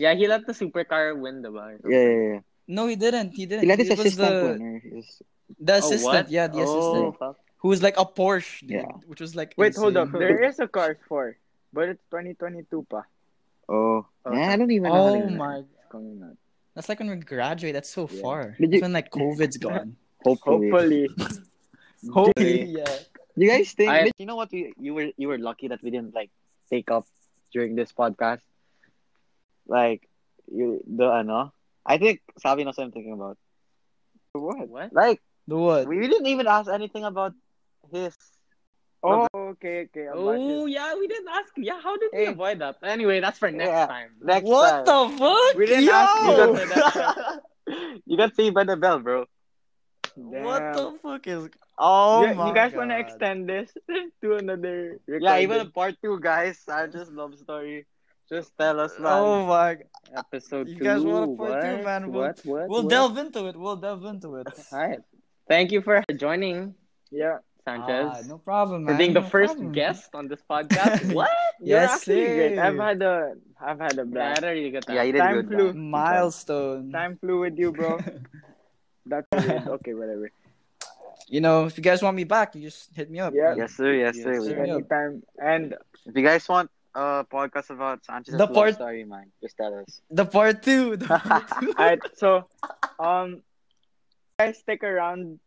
yeah, he let the supercar win the bar.
Yeah, yeah, yeah.
No, he didn't. He didn't.
He let his
it was
assistant
the
win. Or his...
the
Oh, what?
assistant. Yeah,
oh,
the assistant
fuck.
who was like a Porsche, dude,
Yeah.
which was like
Wait, hold up.
insane.
There is a Cars four, but it's 2022 pa.
Oh,
Oh,
yeah, I don't even know. how
Oh
they-
my
It's coming out.
That's like when we graduate. That's so
Yeah.
far.
Did you-
That's when like COVID's gone.
Hopefully.
Hopefully,
Hopefully, yeah.
You guys think?
I-
you know what? We, you were you were lucky that we didn't like take up during this podcast. Like you the ano? I think Sabi knows what I'm thinking about.
What?
Like
The what?
we, we didn't even ask anything about his.
Oh, okay, okay. I'm watching.
Oh yeah, we didn't ask. Yeah, how did
Hey.
we avoid that? Anyway, that's for next
Yeah.
time.
Next time.
What the fuck?
We didn't
Yo!
ask you
that for You got saved by the bell, bro.
what
Damn.
the fuck is? Oh
you,
my
you guys
God.
want to extend this to another recording?
Yeah, even part two, guys. I just love story. Just tell us, man.
Oh my!
Episode
You
two.
guys want a part two,
what?
man? We'll-
What? What?
We'll
what?
delve into it. We'll delve into it.
All right. Thank you for joining,
Yeah.
Sanchez.
Ah, no problem, man.
for being the
no
first
problem.
guest on this podcast. what?
You're
Yes,
actually great.
sir.
I've had a, I've had a
Yeah, I
blast.
don't really get that.
yeah, you did
Time
good.
flew.
man.
Milestone.
Time flew with you, bro. That's weird. Okay, whatever.
You know, if you guys want me back, you just hit me up.
Yeah.
man.
Yes, sir. Yes, sir.
Yes, sir. Yeah.
Anytime. And
If you guys want a podcast about Sanchez's
The
love
part-
story, man, just tell us.
The part two. The part two.
Alright, so um guys stick around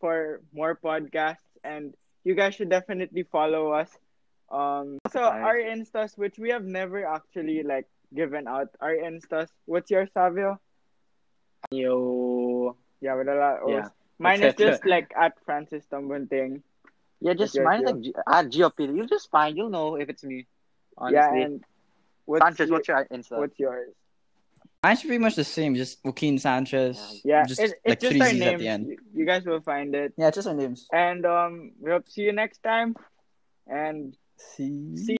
for more podcasts and you guys should definitely follow us. Um so
Alright.
our instas which we have never actually like given out. Our instas what's your Savio?
Yo.
Yeah, with a lot of
Yeah.
O's. Mine is
Okay.
just like at Francis Tumbun thing.
Yeah, just
Yes, yes,
mine is like G- at GOP. You'll just find. You'll know if it's me. Honestly.
Yeah, and what's,
Sanchez,
your-
what's your Insta?
what's yours?
Mine's pretty much the same. Just Joaquin Sanchez.
Yeah,
Just
it-
like
it's just
three
our
Z's
names.
at the end.
You- You guys will find it.
Yeah, just our names.
And um we hope to see you next time. And
See.